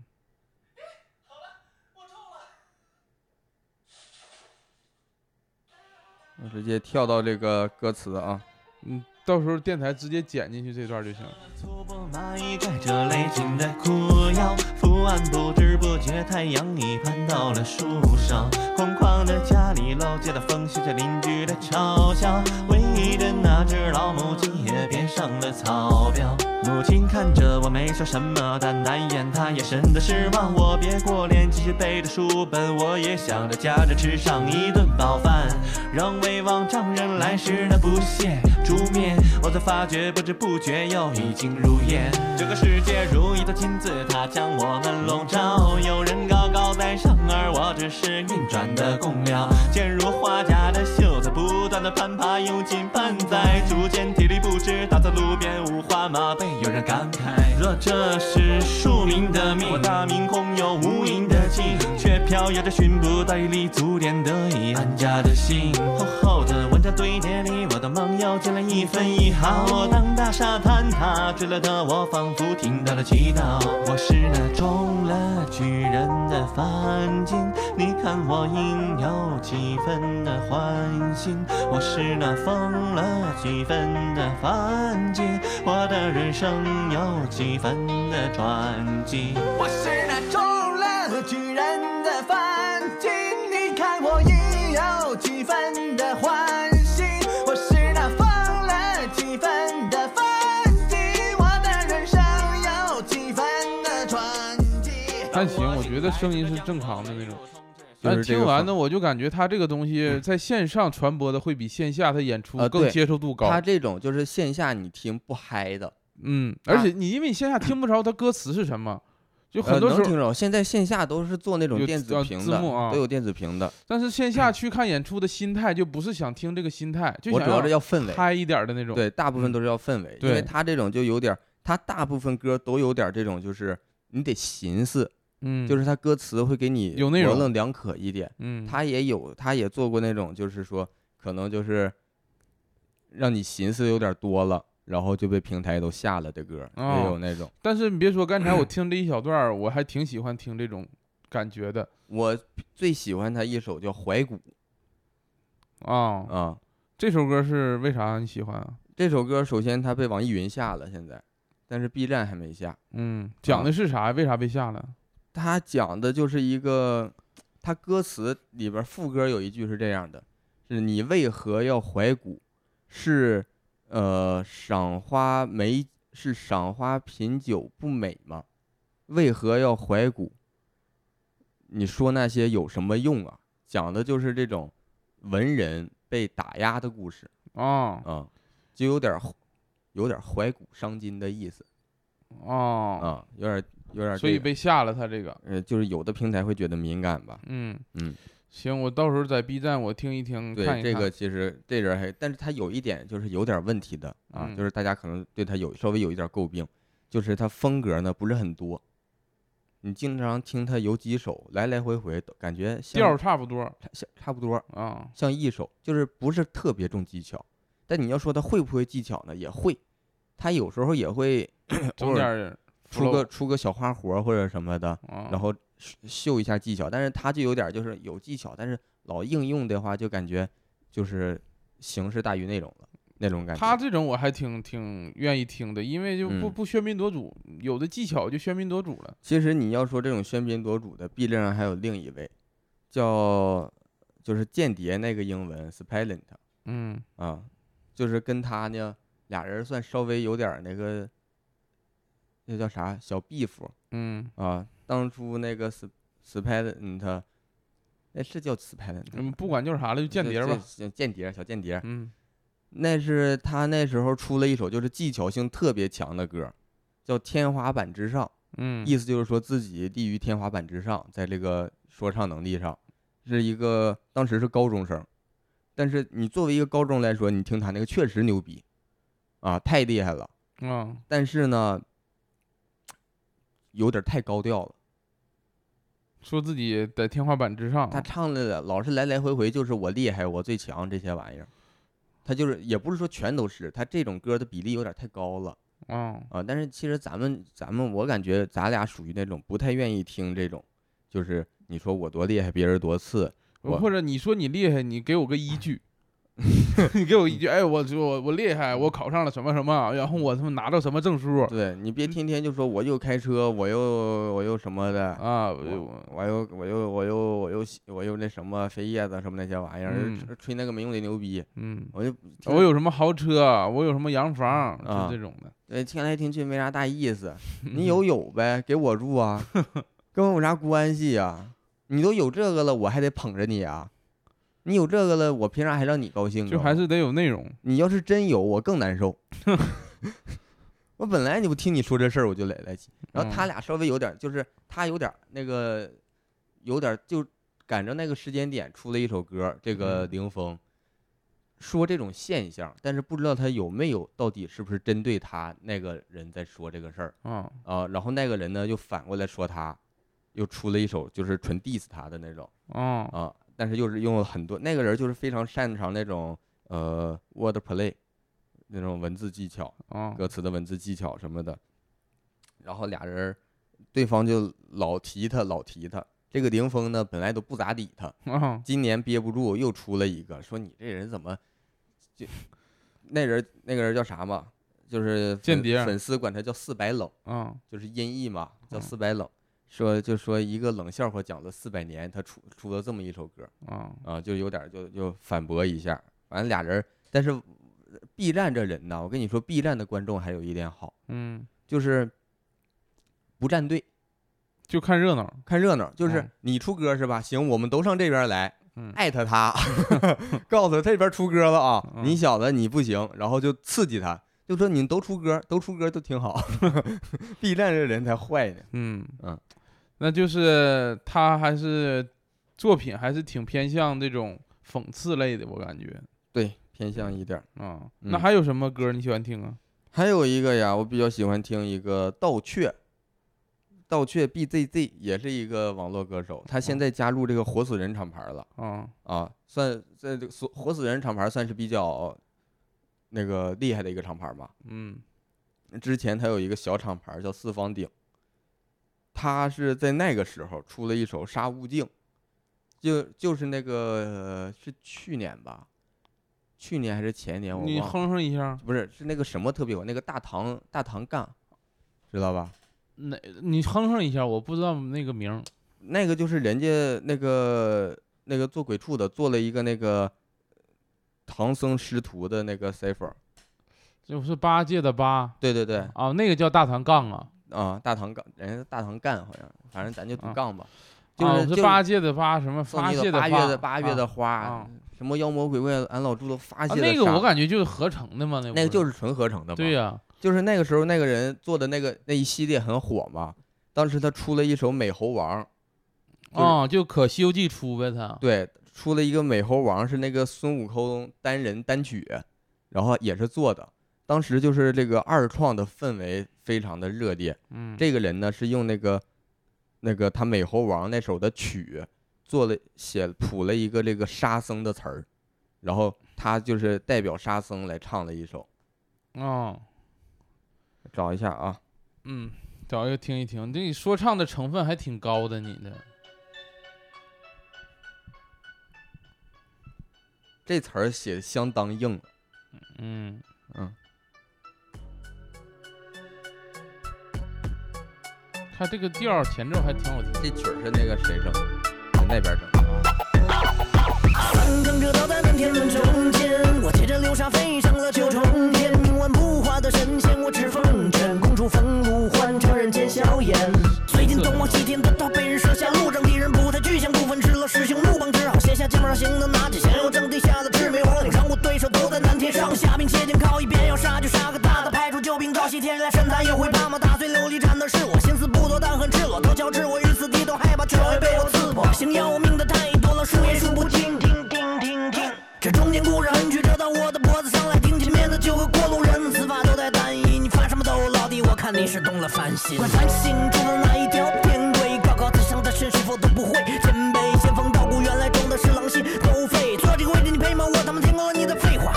S1: 我直接跳到这个歌词啊。
S2: 嗯，到时候电台直接剪进去这段就行。
S7: 粗布蚂蚁拽着勒紧的裤腰，伏案不知不觉太阳已攀到了树梢。空旷的家里漏街的风，吸着邻居的嘲笑。唯一的那只老母鸡也变上了草标。母亲看着我没说什么，但难掩她眼神的失望。我别过脸，继续背着书本，我也想着家着吃上一顿饱饭。让威望丈人来时那不屑诛灭。我才发觉，不知不觉又已经入夜。这个世界如一座金字塔，将我们笼罩。有人高高在上，而我只是运转的供料。坚如花甲的袖子，不断的攀爬，用尽半载，逐渐体力不支，倒在路边，五花马被有人感慨。若这是庶民的命，我大明空有无垠的境，却飘摇着寻不到一粒足点得以安家的心。厚厚的文章堆叠里，我的梦又进了一分一毫。当大厦坍塌，坠落的我仿佛听到了祈祷。我是那中了举人的范进，你看我应有几分的欢欣。我是那疯了几分的范进，我的人生有几分的传奇。我是那中了举人的范进，你看我应有几分的欢喜。我是那疯了几分的范进，我的人生有几分的传奇。
S2: 但行，我觉得声音是正常的那种。
S1: 就
S2: 但
S1: 是这
S2: 听
S1: 个
S2: 完
S1: 风
S2: 呢，我就感觉他这个东西在线上传播的会比线下他演出
S1: 啊
S2: 更
S1: 对
S2: 接受度高。
S1: 他这种就是线下你听不嗨的，
S2: 嗯，而
S1: 他
S2: 且你因为你线下听不着他歌词是什么，就
S1: 呃，
S2: 很多时
S1: 能
S2: 候
S1: 听，着。现在线下都是做那种
S2: 有
S1: 电
S2: 呃
S1: 子屏
S2: 字
S1: 的，
S2: 幕啊
S1: 都有电子屏的。
S2: 但是线下去看演出的心态就不是想听这个心态，就
S1: 我
S2: 想
S1: 主要是要氛围，
S2: 嗨一点儿的那种。，嗯
S1: 对，大部分都是要氛围，因
S2: 对
S1: 为他这种就有点儿，他大部分歌都有点儿这种，就是你得寻思
S2: 嗯，
S1: 就是他歌词会给你
S2: 有内容
S1: 模棱两可一点。
S2: 嗯，
S1: 他也有，他也做过那种，就是说可能就是让你寻思有点多了，然后就被平台都下了的歌，也
S2: 哦
S1: 有那种。
S2: 但是你别说，
S1: (clears throat)
S2: 刚才我听这一小段儿，我还挺喜欢听这种感觉的
S1: 我最喜欢他一首叫《怀古》
S2: 啊、
S1: 啊，
S2: 这首歌是为啥你喜欢啊？
S1: 这首歌首先它被网易云下了，现在，但是 B 站还没下。
S2: 嗯，讲的是啥？为啥被下了？
S1: 它讲的就是一个，它歌词里边副歌有一句是这样的：是你为何要怀古？是呃赏花美是赏花品酒不美吗？为何要怀古？你说那些有什么用啊？讲的就是这种文人被打压的故事
S2: 啊
S1: 啊、就有点儿有点儿怀古伤今的意思
S2: 啊，
S1: 啊、有点儿有点儿这个、
S2: 所以被下了他这个。
S1: 呃，就是有的平台会觉得敏感吧。
S2: 嗯
S1: 嗯，
S2: 行，我到时候在 B 站我听一听，
S1: 对
S2: 嗯看一看。
S1: 这个其实这人还，但是他有一点就是有点问题的啊，
S2: 嗯
S1: 就是大家可能对他有稍微有一点诟病，就是他风格呢不是很多，你经常听他有几首来来回回，感觉像
S2: 调儿差不多
S1: 像差不多
S2: 啊。
S1: 像一首，就是不是特别重技巧。但你要说他会不会技巧呢？也会，他有时候也会偶
S2: 整点
S1: 尔
S2: 儿
S1: 出个
S2: flow
S1: 出个小花活儿或者什么的，
S2: 啊，
S1: 然后秀秀一下技巧，但是他就有点儿就是有技巧，但是老应用的话，就感觉就是形式大于内容了那种感觉。
S2: 他这种我还挺挺愿意听的，因为就不
S1: 嗯
S2: 不喧宾夺主，有的技巧就喧宾夺主了。
S1: 其实你要说这种喧宾夺主的，B 站上还有另一位叫就是间谍那个英文 Spelent
S2: 嗯
S1: 啊，就是跟他呢俩人算稍微有点儿那个那叫啥小 beef
S2: 嗯
S1: 啊，当初那个 Sp Spelent 那是叫 Spelent
S2: 嗯，不管叫啥了，就间谍吧。，
S1: 这这间谍小间谍。
S2: 嗯
S1: 那是他那时候出了一首就是技巧性特别强的歌，叫《天花板之上》，
S2: 嗯
S1: 意思就是说自己立于天花板之上，在这个说唱能力上，是一个当时是高中生，但是你作为一个高中来说，你听他那个确实牛逼，啊，太厉害了，
S2: 啊
S1: 但是呢，有点太高调了。
S2: 说自己在天花板之上，
S1: 他唱的老是来来回回就是我厉害，我最强这些玩意儿，他就是也不是说全都是，他这种歌的比例有点太高了。
S2: 啊，
S1: 啊，但是其实咱们咱们我感觉咱俩属于那种不太愿意听这种，就是你说我多厉害，别人多次，我
S2: 或者你说你厉害，你给我个
S1: (laughs)
S2: 依据，你给我依据，哎，我就我我厉害，我考上了什么什么，然后我他妈拿到什么证书
S1: 对你
S2: 嗯
S1: 别天天就说我又开车，我又我又什么的，
S2: 啊，
S1: 我
S2: 我
S1: 我又我又我又我又喜我又那什么飞叶子什么那些玩意儿，
S2: 嗯
S1: 吹吹那个没用的牛逼，
S2: 嗯，
S1: 我就听
S2: 我有什么豪车，我有什么洋房，
S1: 啊
S2: 就这种的。
S1: 对听来听去没啥大意
S2: (laughs)
S1: 思，你有有呗，给我住啊，跟我有啥关系呀、你都有这个了，我还得捧着你啊。你有这个了，我凭啥还让你高兴啊？
S2: 就还是得有内容。
S1: 你要是真有，我更难受。 (laughs) 我本来你不听你说这事儿，我就来来气。然后他
S2: 嗯
S1: 俩稍微有点儿，就是他有点儿那个，有点儿就赶着那个时间点出了一首歌，这个
S2: 嗯
S1: 林峰说这种现象，但是不知道他有没有到底是不是针对他那个人在说这个事儿
S2: 啊，
S1: 啊、然后那个人呢又反过来说他，又出了一首就是纯 diss 他的那种。
S2: 啊，
S1: 啊，但是又是用了很多那个人就是非常擅长那种呃 word play 那种文字技巧、
S2: 啊，
S1: 歌词的文字技巧什么的。然后俩人儿，对方就老提他，老提他。这个林峰呢，本来都不咋理他，
S2: 啊，
S1: 今年憋不住又出了一个，说你这人怎么就那人那个人叫啥嘛？就是粉
S2: 间谍
S1: 粉丝管他叫四百冷。
S2: 啊，
S1: 就是音译嘛，叫
S2: 嗯
S1: 四百冷，说就说一个冷笑话讲了四百年，他出出了这么一首歌
S2: 啊，
S1: 啊，就有点儿就就反驳一下，反正俩人儿，但是 B 站这人呢，我跟你说，B 站的观众还有一点好，
S2: 嗯，
S1: 就是不站队，
S2: 就看热闹。
S1: 看热闹，就是
S2: 嗯
S1: 你出歌是吧？行，我们都上这边来
S2: 嗯。
S1: 艾特他， (laughs) 告诉他这边出歌了啊！
S2: 嗯
S1: 你小子你不行，然后就刺激他，就说你们都出歌，都出歌都挺好。B 站这人才坏呢，
S2: 嗯
S1: 嗯，
S2: 那就是他还是作品还是挺偏向这种讽刺类的，我感觉
S1: 对，偏向一点儿。
S2: 啊。
S1: 嗯
S2: 那还有什么歌你喜欢听啊？
S1: 还有一个呀，我比较喜欢听一个盗雀，盗雀 BZZ 也是一个网络歌手，他现在加入这个活死人厂牌了
S2: 啊，
S1: 啊，算在这个所活死人厂牌算是比较那个厉害的一个厂牌嘛。
S2: 嗯
S1: 之前他有一个小厂牌叫四方鼎，他是在那个时候出了一首《杀无尽》，就就是那个、呃是去年吧，去年还是前年我
S2: 你
S1: 忘了，
S2: 哼哼一下，
S1: 不是是那个什么特别火，那个大唐大唐干，知道吧？
S2: 哪？你哼哼一下，我不知道那个名儿。
S1: 那个就是人家那个那个做鬼畜的做了一个那个唐僧师徒的那个 cipher，
S2: 就是八戒的八
S1: 对对对，
S2: 啊，那个叫大唐杠啊，
S1: 啊，大唐干，人家大唐干好像，反正咱就读
S2: 啊
S1: 杠吧，就
S2: 啊
S1: 是
S2: 是
S1: 就
S2: 八戒的八什么
S1: 送
S2: 发
S1: 你
S2: 泄
S1: 的八月
S2: 发
S1: 的八月
S2: 啊
S1: 的花，
S2: 啊
S1: 什么妖魔鬼怪俺老猪都发
S2: 啊
S1: 泄的、
S2: 那个我感觉就是合成的嘛，那
S1: 那个
S2: 不
S1: 就是是纯合成的嘛，
S2: 对呀、
S1: 就是那个时候那个人做的那个那一系列很火嘛。当时他出了一首《美猴王》，就是
S2: 啊，就可《西游记》出呗，他
S1: 对，出了一个《美猴王》是那个孙悟空单人单曲，然后也是做的。当时就是这个二创的氛围非常的热烈。
S2: 嗯，
S1: 这个人呢是用那个那个他《美猴王》那首的曲做了写谱了一个这个沙僧的词儿，然后他就是代表沙僧来唱了一首，
S2: 啊，
S1: 找一下啊，
S2: 嗯，找一个听一听，这你说唱的成分还挺高的，你的
S1: 这词儿写得相当硬，
S2: 嗯，
S1: 嗯，
S2: 他这个调儿前奏还挺好听，
S1: 这曲儿是那个谁整的？在那边整的啊。
S8: 翻腾着导弹在天门中间，我骑着流沙飞上了九重天，冥顽不化的神仙我赤凤拳，公主风露换成人间笑颜。最近东望西天的道被人设下路，让敌人不太具象，不分吃了师兄怒棒，只好卸下肩膀上行的拿起降妖正地下的魑魅魍魉，让我对手都在南天上下兵切剑靠一边，要杀就杀个大的，派出救兵到西天来神坛也会怕吗？打碎琉璃盏的是我，心思不多但很赤裸，都交织我与此敌都害怕，却会被我刺破，想要命的太多了，数也数不清。听听听听。这中间故事很曲折，到我的脖子上来，听见面的就和过路人，死法都太单一。你发什么抖，老弟？我看你是动了凡心。快反省，走的那一条偏轨，高高在上的神是否都不会？前辈，仙风道骨，原来装的是狼心狗肺。坐这个位置你配吗？我他妈听过了你的废话。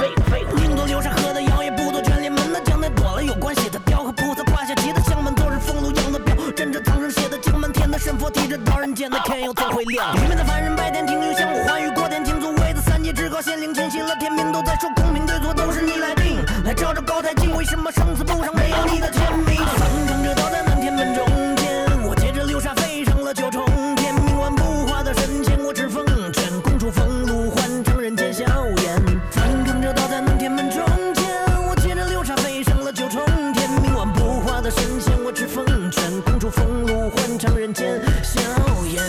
S8: 宁多流沙河的谣也不多，卷帘门的江南躲了有关系的雕和菩萨胯下骑的香门都是风炉羊的标，枕着藏身写的经门天的神佛提着刀人间的天又怎会亮？愚昧的凡人白天停留香火花雨过天晴，作为的三界至高显灵清晰了天命都在说公平对错都是你来定，来照照高台镜，为什么生死簿上没有你的天命？翻腾着刀在南天门中间，我借着流沙飞上了九重天，冥顽不化的神仙我持风卷，公主风露换成人间笑颜，翻腾着刀在南天门中间，我借着流沙飞上了九重天，冥顽不化的神仙我持风卷，公主风露换成人间笑颜。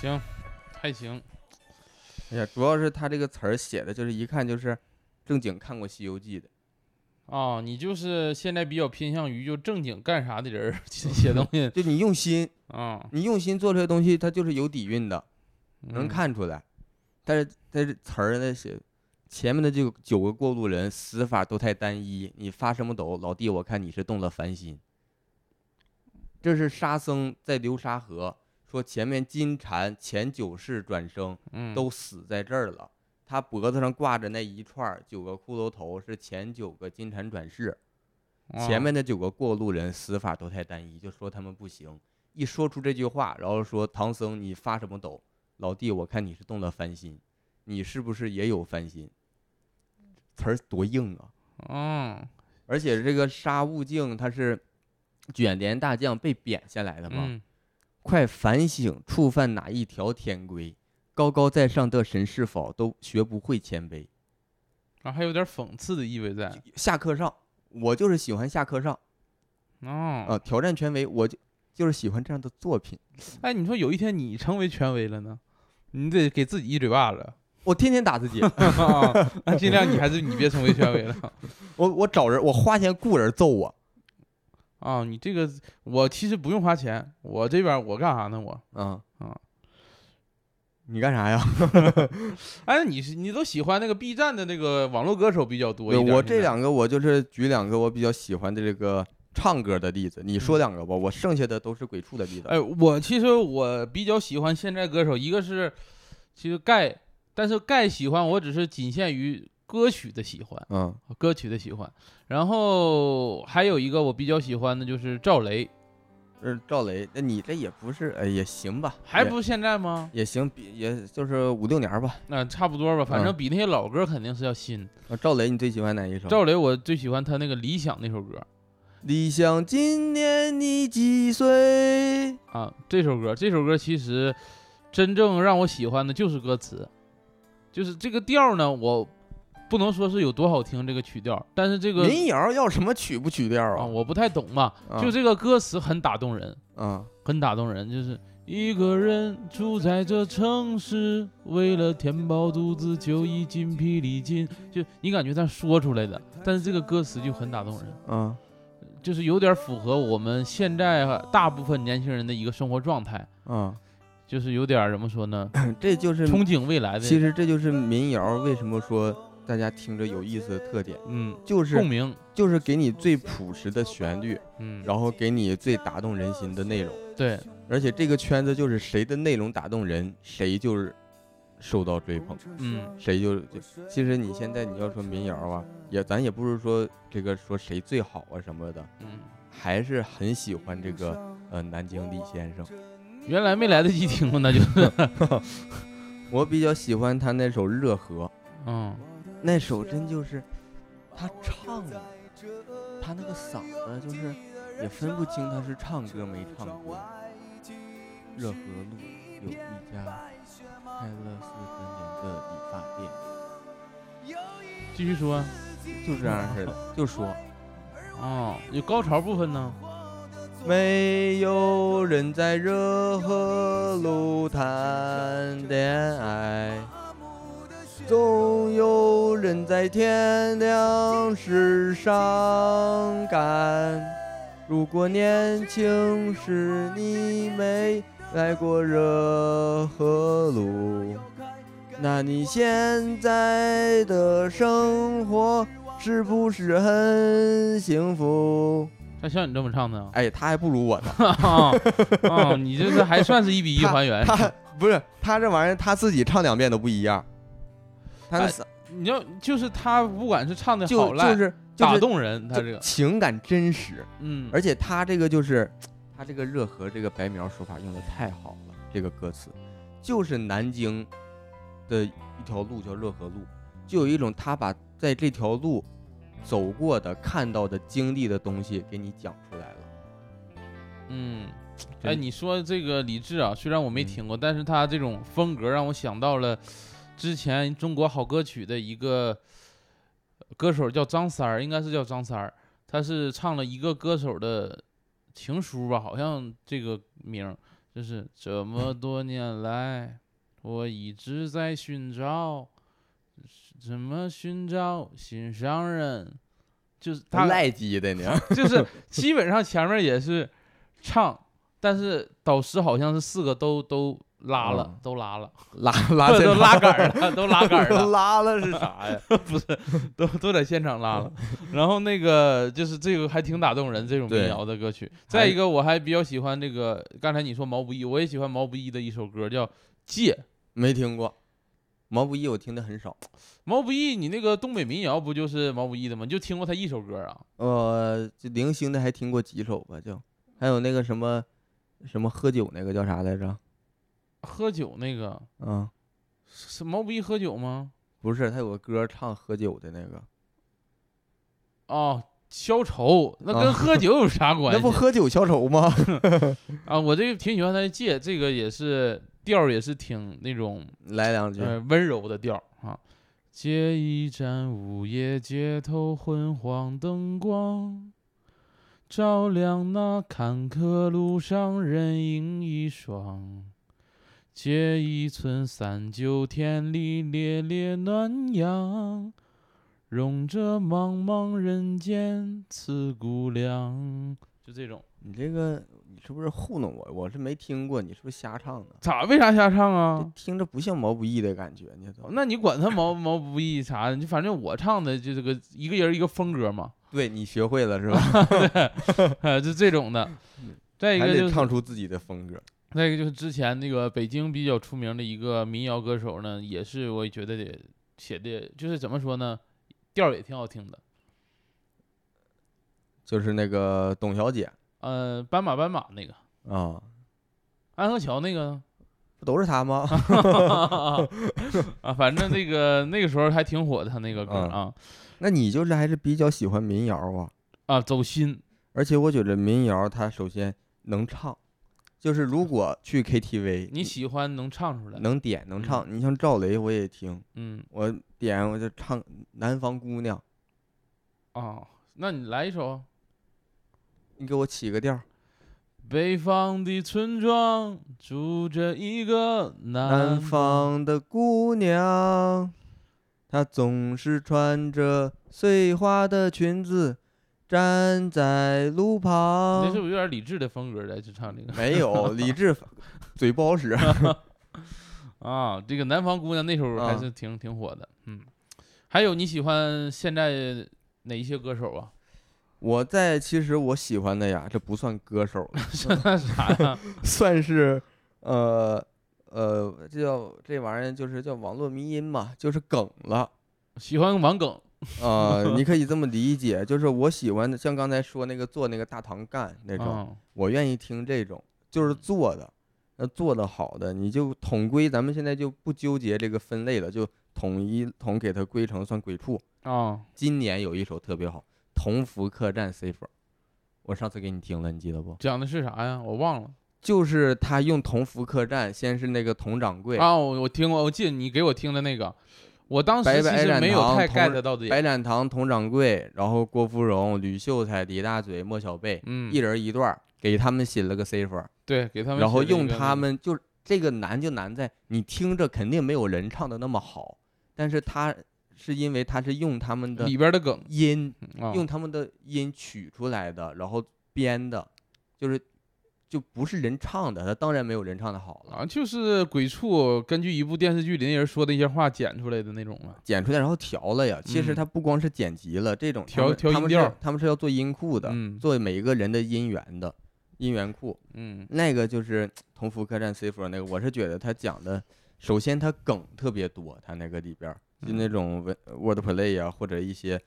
S2: 行，还行，
S1: 哎呀，主要是他这个词儿写的就是一看就是正经看过《西游记》的，
S2: 啊、你就是现在比较偏向于就正经干啥的人儿 (laughs) 写东西
S1: 就你用心，
S2: 啊，
S1: 你用心做出来的东西，它就是有底蕴的，能
S2: 嗯
S1: 看出来。但是但是词儿那写前面的这个九个过路人死法都太单一，你发什么抖，老弟，我看你是动了凡心。这是沙僧在流沙河说前面金蝉前九世转生
S2: 嗯
S1: 都死在这儿了，他脖子上挂着那一串儿九个骷髅头是前九个金蝉转世。前
S2: 啊
S1: 面的九个过路人死法都太单一，就说他们不行。一说出这句话，然后说唐僧你发什么抖？老弟，我看你是动了凡心，你是不是也有凡心？词儿多硬啊！
S2: 嗯
S1: 而且这个沙悟净他是卷帘大将被贬下来的嘛，
S2: 嗯
S1: 快反省触犯哪一条天规？高高在上的神是否都学不会谦卑？
S2: 啊，还有点讽刺的意味在，
S1: 下课上，我就是喜欢下课上啊、
S2: 哦，
S1: 挑战权威，我就就是喜欢这样的作品。
S2: 哎，你说有一天你成为权威了呢，你得给自己一嘴
S1: (laughs)
S2: 巴子。
S1: 我天天打自
S2: (laughs)
S1: 己，
S2: 啊，那尽量你还是你别成为权威了
S1: 我我找人，我花钱雇人揍我
S2: 啊！你这个我其实不用花钱，我这边儿我干啥呢？我
S1: 啊
S2: 啊！
S1: 你干啥呀？
S2: 哎，你是你都喜欢那个 B 站的那个网络歌手比较多
S1: 对
S2: 一点儿
S1: 我
S2: 现
S1: 这
S2: 在
S1: 两个，我就是举两个我比较喜欢的这个唱歌的例子，你说两个吧，我剩下的都是鬼畜的例子。
S2: 嗯哎，我其实我比较喜欢现在歌手，一个是其实盖，但是盖喜欢我只是仅限于歌曲的喜欢，
S1: 嗯，
S2: 歌曲的喜欢。然后还有一个我比较喜欢的就是赵雷，
S1: 是赵雷，那你这也不是，哎，也行吧，
S2: 还
S1: 也
S2: 不现在吗？
S1: 也行，比也就是五六年儿吧。
S2: 那、差不多吧，
S1: 嗯
S2: 反正比那些老歌肯定是要新。
S1: 啊赵雷，你最喜欢哪一首？
S2: 赵雷我最喜欢他那个《理想》那首歌
S1: 理想，今年你几岁？
S2: 啊，这首歌，这首歌其实真正让我喜欢的就是歌词，就是这个调儿呢，我不能说是有多好听这个曲调，但是这个
S1: 民谣要什么曲不曲调
S2: 啊，
S1: 啊？
S2: 我不太懂嘛，
S1: 啊
S2: 就这个歌词很打动人，
S1: 啊，
S2: 很打动人，就是一个人住在这城市，为了填饱肚子就已筋疲力尽，就你感觉他说出来的，但是这个歌词就很打动人，
S1: 嗯
S2: 就是有点符合我们现在啊大部分年轻人的一个生活状态，
S1: 嗯，
S2: 就是有点怎么说呢，
S1: 这就是，
S2: 憧憬未来
S1: 其
S2: 的，
S1: 实这就是民谣为什么说大家听着有意思的特点，
S2: 嗯，
S1: 就是
S2: 共鸣，
S1: 就是给你最朴实的旋律，
S2: 嗯，
S1: 然后给你最打动人心的内容。
S2: 对，
S1: 而且这个圈子就是谁的内容打动人，谁就是受到追捧，
S2: 嗯，
S1: 谁就就其实你现在你要说民谣啊，也咱也不是说这个说谁最好啊什么的，
S2: 嗯。
S1: 还是很喜欢这个呃南京李先生。 (laughs)
S2: 原来没来得及听过，那就，
S1: 我比较喜欢他那首《热河
S2: 嗯》，
S1: 那首真就是他唱的，他那个嗓子就是也分不清他是唱歌没唱歌。热河路有一家开了四十年的理发店。
S2: 继续说，
S1: 就这样似的，就说
S2: 哦，有高潮部分呢，
S1: 没有人在热河路谈恋爱，总有人在天亮时伤感。如果年轻时你没来过热河路，那你现在的生活是不是很幸福？
S2: 他像你这么
S1: (laughs)
S2: 唱的啊。
S1: 哎，他还不如我呢。
S2: 啊、哦，你这个还算是一比一
S1: 他
S2: 还原。
S1: 他不是他这玩意儿，他自己唱两遍都不一样。他那
S2: 哎
S1: 嗓
S2: 你要就是他，不管是唱的好
S1: 就
S2: 赖，
S1: 就是就
S2: 打
S1: 是
S2: 动人，他
S1: 就
S2: 这个，
S1: 情感真实，
S2: 嗯，
S1: 而且他这个就是他这个热河这个白描手法用的太好了，这个歌词就是南京的一条路叫热河路，就有一种他把在这条路走过的、看到的、经历的东西给你讲出来了。
S2: 嗯，
S1: 真
S2: 哎，你说这个李志啊，虽然我没
S1: 嗯
S2: 听过，但是他这种风格让我想到了之前中国好歌曲的一个歌手叫张三儿，应该是叫张三儿，他是唱了一个歌手的情书吧，好像这个名儿就是这么多年来，我一直在寻找，怎么寻找心上人，就是他
S1: 赖鸡的呢， (laughs)
S2: 就是基本上前面也是唱，但是导师好像是四个都都拉了，
S1: 嗯
S2: 都
S1: (laughs)
S2: 拉了，
S1: 拉拉
S2: 都
S1: 这
S2: (laughs) 拉杆儿了， (laughs) 都拉杆儿了，
S1: (laughs) 拉了是啥
S2: (laughs)
S1: 呀？
S2: 不是，都都在现场拉了。
S1: 嗯
S2: 然后那个就是这个还挺打动人，这种民
S1: 对
S2: 谣的歌曲。再一个，我还比较喜欢这个，刚才你说毛不易，我也喜欢毛不易的一首歌叫《借》。
S1: 没听过，毛不易我听的很少。
S2: 毛不易，你那个东北民谣不就是毛不易的吗？你就听过他一首歌啊？
S1: 呃，就零星的还听过几首吧，就还有那个什么什么喝酒那个叫啥来着？
S2: 喝酒那个
S1: 嗯，
S2: 是毛不易喝酒吗？
S1: 不是，他有个歌唱喝酒的那个，
S2: 哦，消愁，那跟
S1: 啊
S2: 喝酒有啥关
S1: 那
S2: 系？
S1: 不喝酒消愁吗？ (laughs)
S2: 啊，我这个挺喜欢他的借，这个也是调儿也是挺那种
S1: 来两句，
S2: 呃温柔的调儿啊。借一盏午夜街头昏黄灯光，照亮那坎坷路上人影一双。借一寸三九天里烈烈暖阳，融这茫茫人间刺骨凉。就这种，
S1: 你这个你是不是糊弄我？我是没听过，你是不是瞎唱的？
S2: 咋为啥瞎唱啊？
S1: 这听着不像毛不易的感觉，你都
S2: (laughs)
S1: (laughs)
S2: 那你管他毛毛不易啥的，就反正我唱的就这个一个人一个风格嘛。
S1: (laughs) 对你学会了是吧？
S2: 啊， (laughs) 就这种的。再一
S1: 嗯还
S2: 个就
S1: 得
S2: 是
S1: 唱出自己的风格。
S2: 再一个就是之前那个北京比较出名的一个民谣歌手呢，也是我觉得得写的，就是怎么说呢，调儿也挺好听的。
S1: 就是那个董小姐
S2: 呃，斑马斑马那个，
S1: 啊，
S2: 安河桥那个
S1: (laughs)
S2: (laughs) 呢
S1: 不都是她吗？
S2: 啊，反正那个那个时候还挺火的，他那个歌
S1: 嗯
S2: 啊
S1: (laughs) 那你就是还是比较喜欢民谣啊，
S2: 啊，走心
S1: 而且我觉得民谣它首先能唱，就是如果去 KTV，
S2: 你喜欢嗯能唱出来，
S1: 能点能唱，你像赵雷我也听，
S2: 嗯
S1: 我点我就唱《南方姑娘》，
S2: 啊，那你来一首啊。
S1: 你给我起个调儿，
S2: 北方的村庄住着一个
S1: 南
S2: 南
S1: 方的姑娘，她总是穿着碎花的裙子，站在路
S2: 你这
S1: 旁
S2: 是。不是有点李志的风格来去唱这个
S1: 没有，李志 (laughs) 嘴不好使。 (laughs)
S2: (laughs) 啊？这个南方姑娘那时候还
S1: 啊
S2: 是挺、挺火的，嗯。还有你喜欢现在哪一些歌手啊？ (laughs)
S1: 我在其实我喜欢的呀，这不算歌手了，
S2: 是那啥呀？
S1: (laughs) 算是呃呃，这叫这玩意儿就是叫网络迷音嘛，就是梗了。
S2: 喜欢王梗
S1: 啊、你可以这么理解，就是我喜欢的，像刚才说那个做那个大堂干那种，
S2: 啊？
S1: 我愿意听这种，就是做的，那做的好的，你就统归，咱们现在就不纠结这个分类了，就统一统给它归成算鬼畜。
S2: 啊，
S1: 今年有一首特别好，《同福客栈 C 佛》，我上次给你听了，你记得不？
S2: 讲的是啥呀？我忘了
S1: 就是他用同福客栈，先是那个佟掌柜，
S2: 啊，我我听过，我记得你给我听的那个，我当时
S1: 白
S2: 其
S1: 白
S2: 实
S1: 染
S2: 没有
S1: 堂
S2: 太
S1: 同
S2: get 到的也，
S1: 白展堂、佟掌柜，然后郭芙蓉、吕秀才、李大嘴、莫小贝，
S2: 嗯
S1: 一，人一段儿，给他们写了个 C 佛，
S2: 对，给他们
S1: 然后
S2: 写了一
S1: 用
S2: 个那
S1: 他
S2: 个
S1: 们就是这个难就难在你听着肯定没有人唱的那么好，但是他是因为他是用他们的
S2: 里边的梗，
S1: 音，
S2: 啊
S1: 用他们的音取出来的，然后编的，就是就不是人唱的，他当然没有人唱的好了，
S2: 啊，就是鬼畜根据一部电视剧里那人说的一些话剪出来的那种嘛。
S1: 剪出来然后调了呀。其实
S2: 嗯
S1: 他不光是剪辑了，这种他们
S2: 调调
S1: 他
S2: 音
S1: 们
S2: 调
S1: 是他们是要做音库的，
S2: 嗯
S1: 做每一个人的音源的音源库。
S2: 嗯
S1: 那个就是《同福客栈 C 佛》那个，我是觉得他讲的，首先他梗特别多，他那个里边儿就那种文 wordplay 啊，或者一些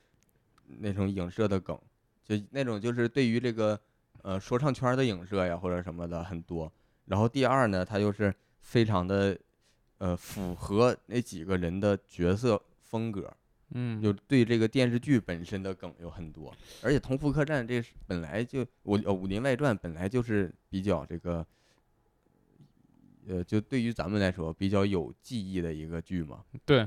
S1: 那种影射的梗，就那种就是对于这个呃说唱圈儿的影射呀或者什么的很多。然后第二呢，他就是非常的呃符合那几个人的角色风格，
S2: 嗯，
S1: 就对这个电视剧本身的梗有很多，而且《同福客栈》这是本来就《武呃武林外传》本来就是比较这个，呃，就对于咱们来说比较有记忆的一个剧嘛。
S2: 对。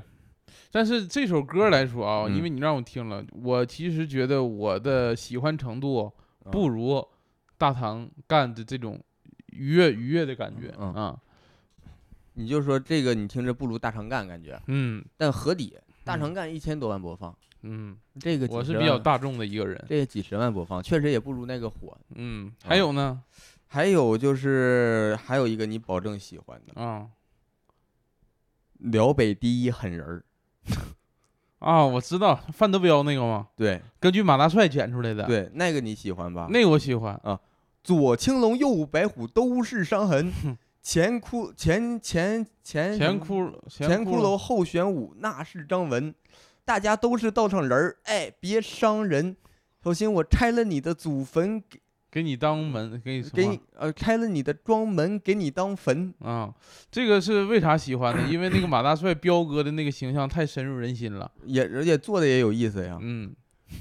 S2: 但是这首歌来说啊，因
S1: 嗯
S2: 为你让我听了，我其实觉得我的喜欢程度
S1: 啊
S2: 不如大唐干的这种愉悦愉悦的感觉
S1: 嗯嗯
S2: 啊。
S1: 你就说这个，你听着不如《大长干》感觉，
S2: 嗯
S1: 但合理，《大
S2: 嗯
S1: 长干》一千多万播放，
S2: 嗯，
S1: 这个
S2: 我
S1: 几
S2: 是
S1: 十
S2: 比较
S1: 万
S2: 大众的一个人。
S1: 这个几十万播放，确实也不如那个火。
S2: 嗯，
S1: 啊
S2: 还有呢
S1: 还有就是还有一个你保证喜欢的
S2: 啊
S1: 辽北第一狠人儿，
S2: 啊，我知道范德彪那个嘛，
S1: 对
S2: 根据马大帅剪出来的。，
S1: 对，那个你喜欢吧？
S2: 那个我喜欢。
S1: 左青龙，右白虎，都是伤痕。前窟前前前什
S2: 前
S1: 么
S2: 骷
S1: 哎前骷
S2: 骷
S1: 髅，后玄武，那是张文。大家都是道上人儿，哎，别伤人。小心我拆了你的祖坟，给
S2: 给你当门，给你什么
S1: 给你呃拆了你的庄门，给你当坟。
S2: 啊，这个是为啥喜欢呢？因为那个马大帅彪哥的那个形象太深入人心了。
S1: 也而且做的也有意思呀。
S2: 嗯，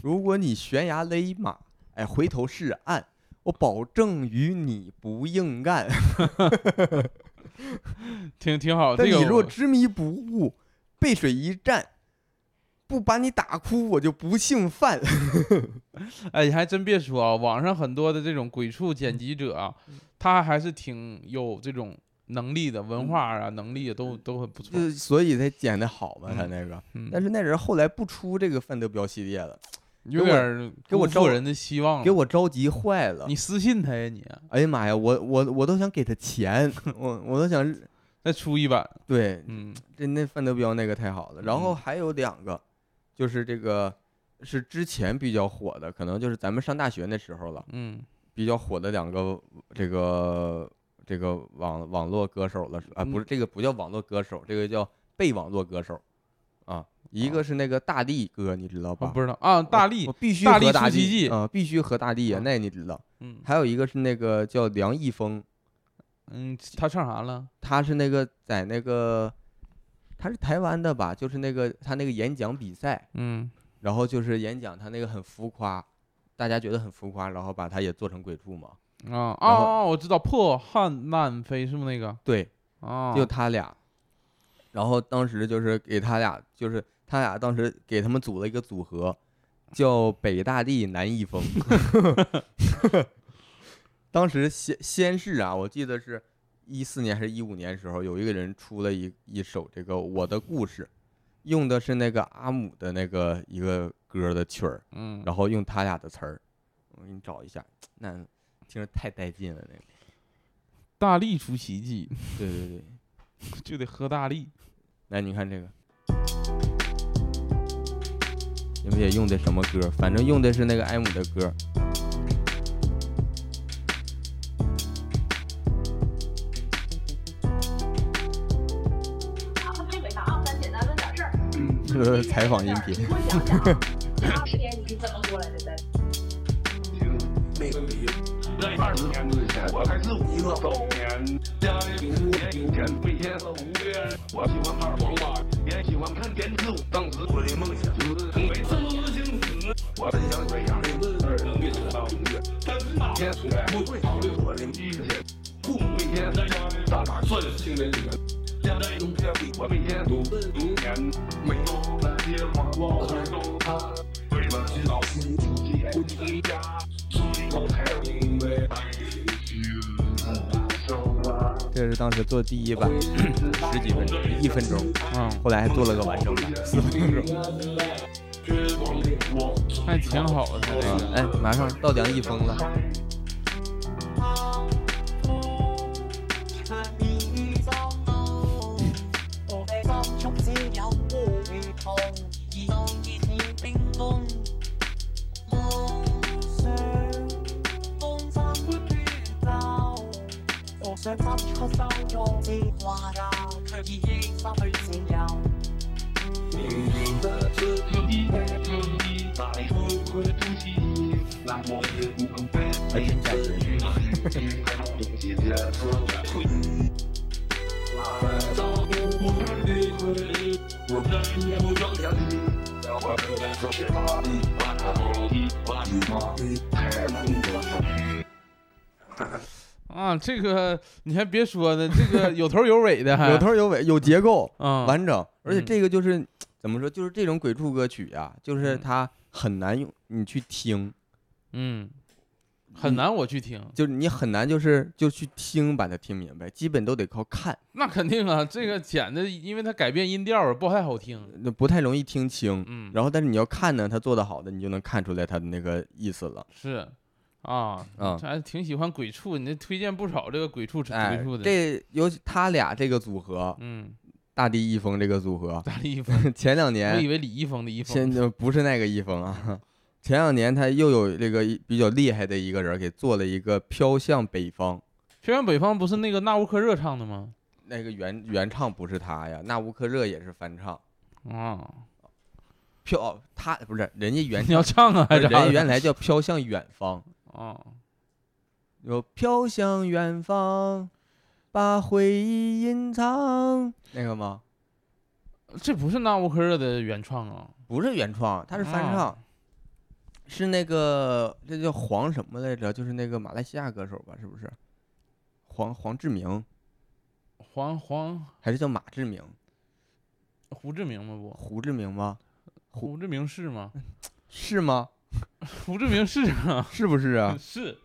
S1: 如果你悬崖勒马，哎，回头是岸，我保证与你不硬干。
S2: 挺挺好。
S1: 但
S2: 这
S1: 你
S2: 个
S1: 若
S2: 我
S1: 执迷不悟，背水一战，不把你打哭，我就不姓范。
S2: 哎，你还真别说啊，网上很多的这种鬼畜剪辑者啊，
S1: 嗯
S2: 他还是挺有这种能力的，
S1: 嗯
S2: 文化啊能力也都都很不错。
S1: (laughs) 就是所以才剪的好嘛，他那个。
S2: 嗯，
S1: 但是嗯呃那人后来不出这个范德彪系列了，
S2: 有
S1: 给我
S2: 点儿
S1: 给我
S2: 辜
S1: 招
S2: 负人的希望了。
S1: 给我着急坏了
S2: 你。私信他呀，你
S1: 哎呀妈呀，我我我都想给他钱，我我都想
S2: 再出一版。
S1: 对
S2: 嗯
S1: 这那范德彪那个太好了。然后
S2: 嗯
S1: 还有两个，就是这个是之前比较火的，可能就是咱们上大学那时候了，
S2: 嗯，
S1: 比较火的两个这个这个网网络歌手了啊，
S2: 嗯
S1: 不是这个不叫网络歌手，这个叫被网络歌手啊，一个是那个大力哥，你知道
S2: 我
S1: 吧？
S2: 哦不知道啊，大力
S1: 我，必须
S2: 大
S1: 和
S2: 力
S1: 大
S2: 出奇迹
S1: 力啊，必须和大力啊
S2: 啊，
S1: 那你知道？
S2: 嗯
S1: 还有一个是那个叫梁毅峰，
S2: 嗯，他唱啥了？
S1: 他是那个在那个他是台湾的吧，就是那个他那个演讲比赛，
S2: 嗯
S1: 然后就是演讲他那个很浮夸，大家觉得很浮夸，然后把他也做成鬼畜嘛。
S2: 啊啊
S1: 然后
S2: 啊！我知道破汉难飞是不是那个
S1: 对，
S2: 啊？
S1: 就他俩，然后当时就是给他俩，就是他俩当时给他们组了一个组合，叫北大地南一峰。当时先先是啊，我记得是一四年还是一五年时候，有一个人出了一一首这个《我的故事》，用的是那个阿姆的那个一个歌的曲儿，
S2: 嗯
S1: 然后用他俩的词儿，我给你找一下，那听着太带劲了那个。
S2: 大力出奇
S1: (laughs)
S2: 迹
S1: 对对对，
S2: 就得喝大力，
S1: 来，你看这个，你们也用的什么歌？反正用的是那个艾姆的歌。
S9: 推诿法啊，咱简单问点事儿。
S1: 呃， (laughs) 采访音频
S9: 你给我讲讲啊，这二十年你是怎么过来的？在
S1: 这是当时做第一版， (coughs) 十几分钟，一分钟，
S2: 嗯，
S1: 后来还做了个完整
S2: (laughs)
S1: 版，四分钟。
S2: 还挺好的他这个。
S1: 哎，马上到梁一峰了。
S2: (laughs) 啊，这个你还别说呢，这个有头有尾的，
S1: (laughs)
S2: 还
S1: 有头有尾，有结构，
S2: 啊，
S1: 完整。而且
S2: 嗯
S1: 这个就是怎么说，就是这种鬼畜歌曲呀，就是
S2: 嗯
S1: 它很难用你去听，
S2: 嗯，
S1: 嗯
S2: 很难我去听，
S1: 就是你很难就是就去听把它听明白，基本都得靠看，
S2: 那肯定啊，这个剪的，因为它改变音调儿不太好听，
S1: 那不太容易听清。
S2: 嗯，
S1: 然后，但是你要看呢，他做的好的，你就能看出来他的那个意思了。
S2: 是啊，
S1: 啊
S2: 这还挺喜欢鬼畜，你这推荐不少这个鬼畜
S1: 哎
S2: 鬼畜，的，
S1: 这尤其他俩这个组合，
S2: 嗯，
S1: 大地一峰这个组合，
S2: 大力一峰，
S1: 前两
S2: 我以
S1: 年
S2: 为李易峰的易
S1: 先
S2: 峰，
S1: 呃不是那个一峰啊，前两年他又有这个一比较厉害的一个人给做了一个《飘向北方》，
S2: 学院北方不是那个纳乌克热唱的吗？
S1: 那个原原唱不是他呀，那乌克热也是翻唱。
S2: 啊，
S1: 飘哦他不是人家
S2: (laughs)
S1: 原
S2: 你要唱啊，
S1: 不
S2: 还
S1: 是
S2: 是
S1: 人家原来叫《飘向远方》。
S2: 啊，
S1: 有飘向远方，把回忆隐藏，那个吗？
S2: 这不是纳乌克热的原创啊，
S1: 不是原创，它是翻唱，是那个这叫黄什么来着？就是那个马来西亚歌手吧？是不是？黄黄志明
S2: 黄黄
S1: 还是叫马志明？
S2: 胡志明吗？不，
S1: 胡志明吗？胡
S2: 胡志明是吗？ (laughs)
S1: 是吗？
S2: 胡志明是啊，？
S1: 是不是啊
S2: 是，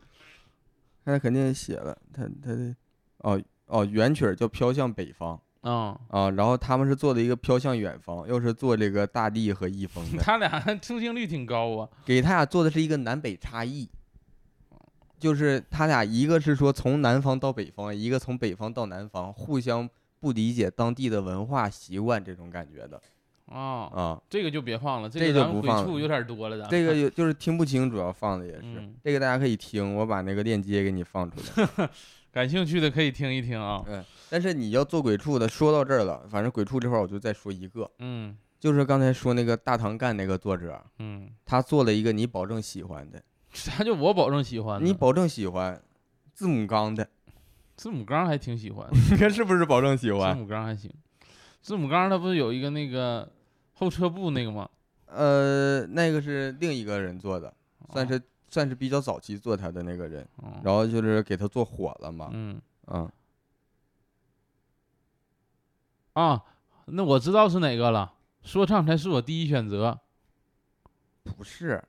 S1: 他肯定写了，他他的哦哦，原曲儿叫《飘向北方》
S2: 啊，
S1: 啊，然后他们是做了一个《飘向远方》，又是做这个大地和一峰的。
S2: 他俩 (laughs) 出镜率挺高啊，
S1: 给他俩做的是一个南北差异，就是他俩一个是说从南方到北方，一个从北方到南方，互相不理解当地的文化习惯这种感觉的。
S2: 啊，
S1: 啊。
S2: 这个就别放了，
S1: 这
S2: 个
S1: 就
S2: 咱
S1: 不
S2: 们鬼
S1: 放
S2: 畜
S1: 了
S2: 有点多了，咱
S1: 这个
S2: 们
S1: 有就是听不清，主要放的也是
S2: 嗯
S1: 这个，大家可以听，我把那个链接给你放出来。
S2: 感兴趣的可以听一听啊。
S1: 嗯，但是你要做鬼畜的，说到这儿了，反正鬼畜这块儿我就再说一个，
S2: 嗯
S1: 就是刚才说那个大唐干那个作者，
S2: 嗯， (laughs)
S1: 他做了一个你保证喜欢的，
S2: 啥叫我保证喜欢呢？
S1: 你保证喜欢字母缸的， (laughs)
S2: 字母缸还挺喜欢的，
S1: 你 (laughs) 看是不是保证喜
S2: 字
S1: 欢？
S2: 母缸还行。字母缸它不是有一个那个后车部那个吗？
S1: 呃，那个是另一个人做的，算
S2: 哦
S1: 是算是比较早期做他的那个人，
S2: 哦
S1: 然后就是给他做火了嘛，
S2: 嗯
S1: 嗯，
S2: 啊，那我知道是哪个了。说唱才是我第一选择。
S1: 不是，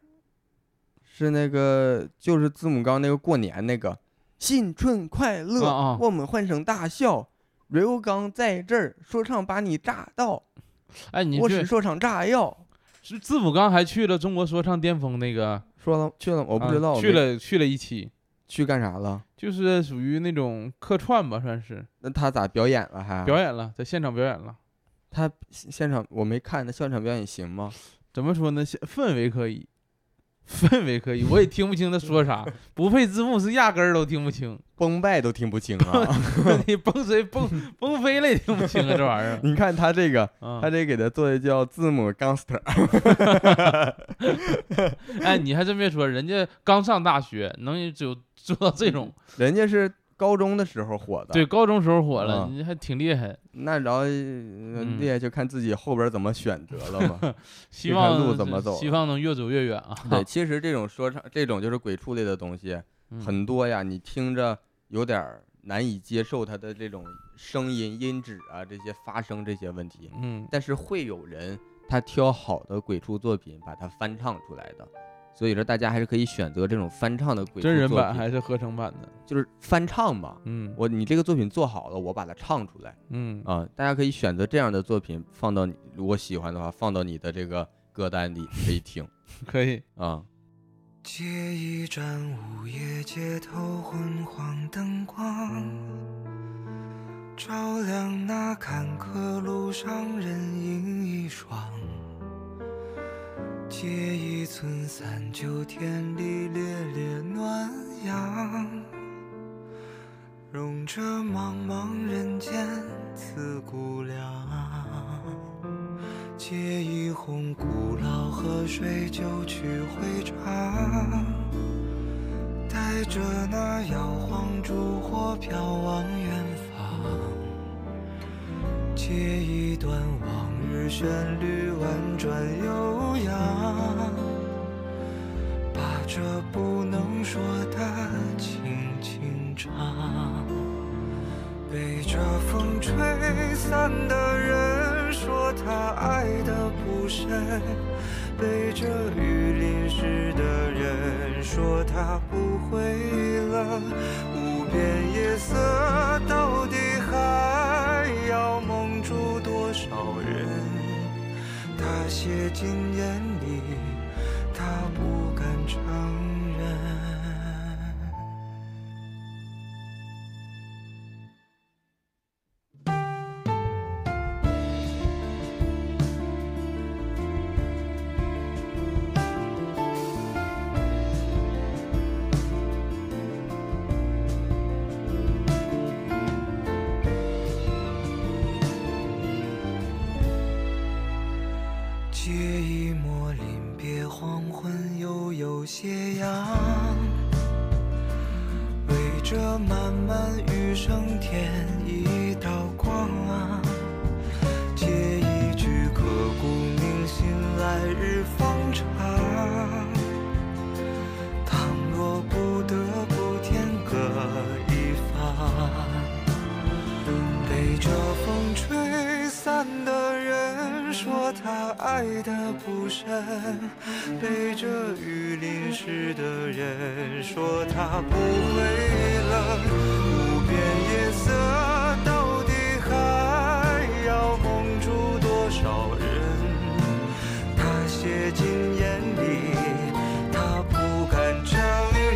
S1: 是那个就是字母缸那个过年那个新春快乐，
S2: 啊啊
S1: 我们欢声大笑。刘刚在这儿，说唱把你炸到，
S2: 哎，你
S1: 我
S2: 去
S1: 是说唱炸药。
S2: 是字母刚还去了中国说唱巅峰那个，
S1: 说了去了吗，我
S2: 我
S1: 不知道、我
S2: 啊去
S1: 没
S2: 了去了一期，
S1: 去干啥了？
S2: 就是属于那种客串吧，算是
S1: 那他咋表演了还？
S2: 表演了，在现场表演了。
S1: 他现现场我没看，那现场表演行吗？
S2: 怎么说呢？现氛围可以，氛围可以，我也听不清他说
S1: (laughs)
S2: 啥，不配字幕是压根儿都听不清，
S1: 崩败都听不清
S2: (laughs)
S1: 啊！
S2: 你崩
S1: (laughs)
S2: 谁崩崩飞了也听不清啊，这玩意儿。
S1: 你看他这 (laughs) 个，
S2: 啊
S1: 他，这给他做的叫字母 gangster，
S2: 哎，你还真别说，人家刚上大学，能就做到
S1: (laughs)
S2: 这种，
S1: 人家是高中的时候火的，
S2: 对，，高中时候火了，
S1: 嗯
S2: 你还挺厉害。
S1: 那然后呃
S2: 嗯
S1: 厉害就看自己后边怎么选择了
S2: (laughs)
S1: 嘛。
S2: 希
S1: 就看
S2: 望
S1: 路怎么
S2: 是
S1: 走
S2: 希
S1: 了
S2: 望能越走越远啊。
S1: 对，其实这种说唱，这种就是鬼畜类的东西
S2: 嗯
S1: 很多呀，你听着有点儿难以接受它的这种声音音质啊，这些发声这些问题。
S2: 嗯，
S1: 但是会有人他挑好的鬼畜作品把它翻唱出来的，所以说大家还是可以选择这种翻唱的鬼畜
S2: 真人
S1: 作
S2: 版
S1: 品
S2: 还是合成版的？
S1: 就是翻唱嘛。
S2: 嗯，
S1: 我你这个作品做好了，我把它唱出来
S2: 嗯
S1: 啊、大家可以选择这样的作品放到你如果喜欢的话放到你的这个歌单里可以听
S2: 可以。
S1: 啊、
S10: 借一盏午夜街头昏黄灯光，照亮那坎坷路上人影一双。借一寸三九天里烈烈暖阳，融着茫茫人间刺骨凉。借一泓古老河水，就去回肠，带着那摇晃烛火飘往远方。借一段往日旋律，婉转悠扬，把这不能说的轻轻唱。被这风吹散的人说他爱的不深，被这雨淋湿的人说他不会冷。无边夜色到底还要蒙住多少人？他写进眼里，他不敢承认。借一抹临别黄昏，又有斜阳，为这漫漫余生添一道光啊！借一句刻骨铭心，来日方长。倘若不得不天各一方。被这风吹散的人说他爱的不深，被这雨淋湿的人说他不会冷。无边夜色到底还要蒙住多少人？他写进眼里，他不敢承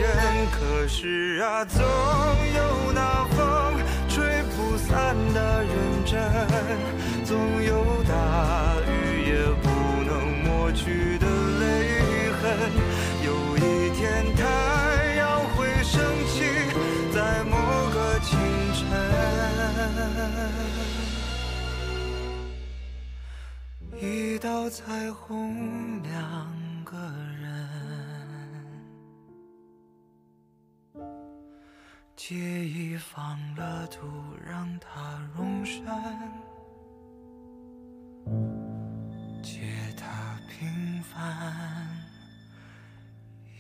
S10: 认。可是啊，总有那风吹不散的认真，总有大雨也到彩虹两个人，记忆放了土，让它溶山，借它平凡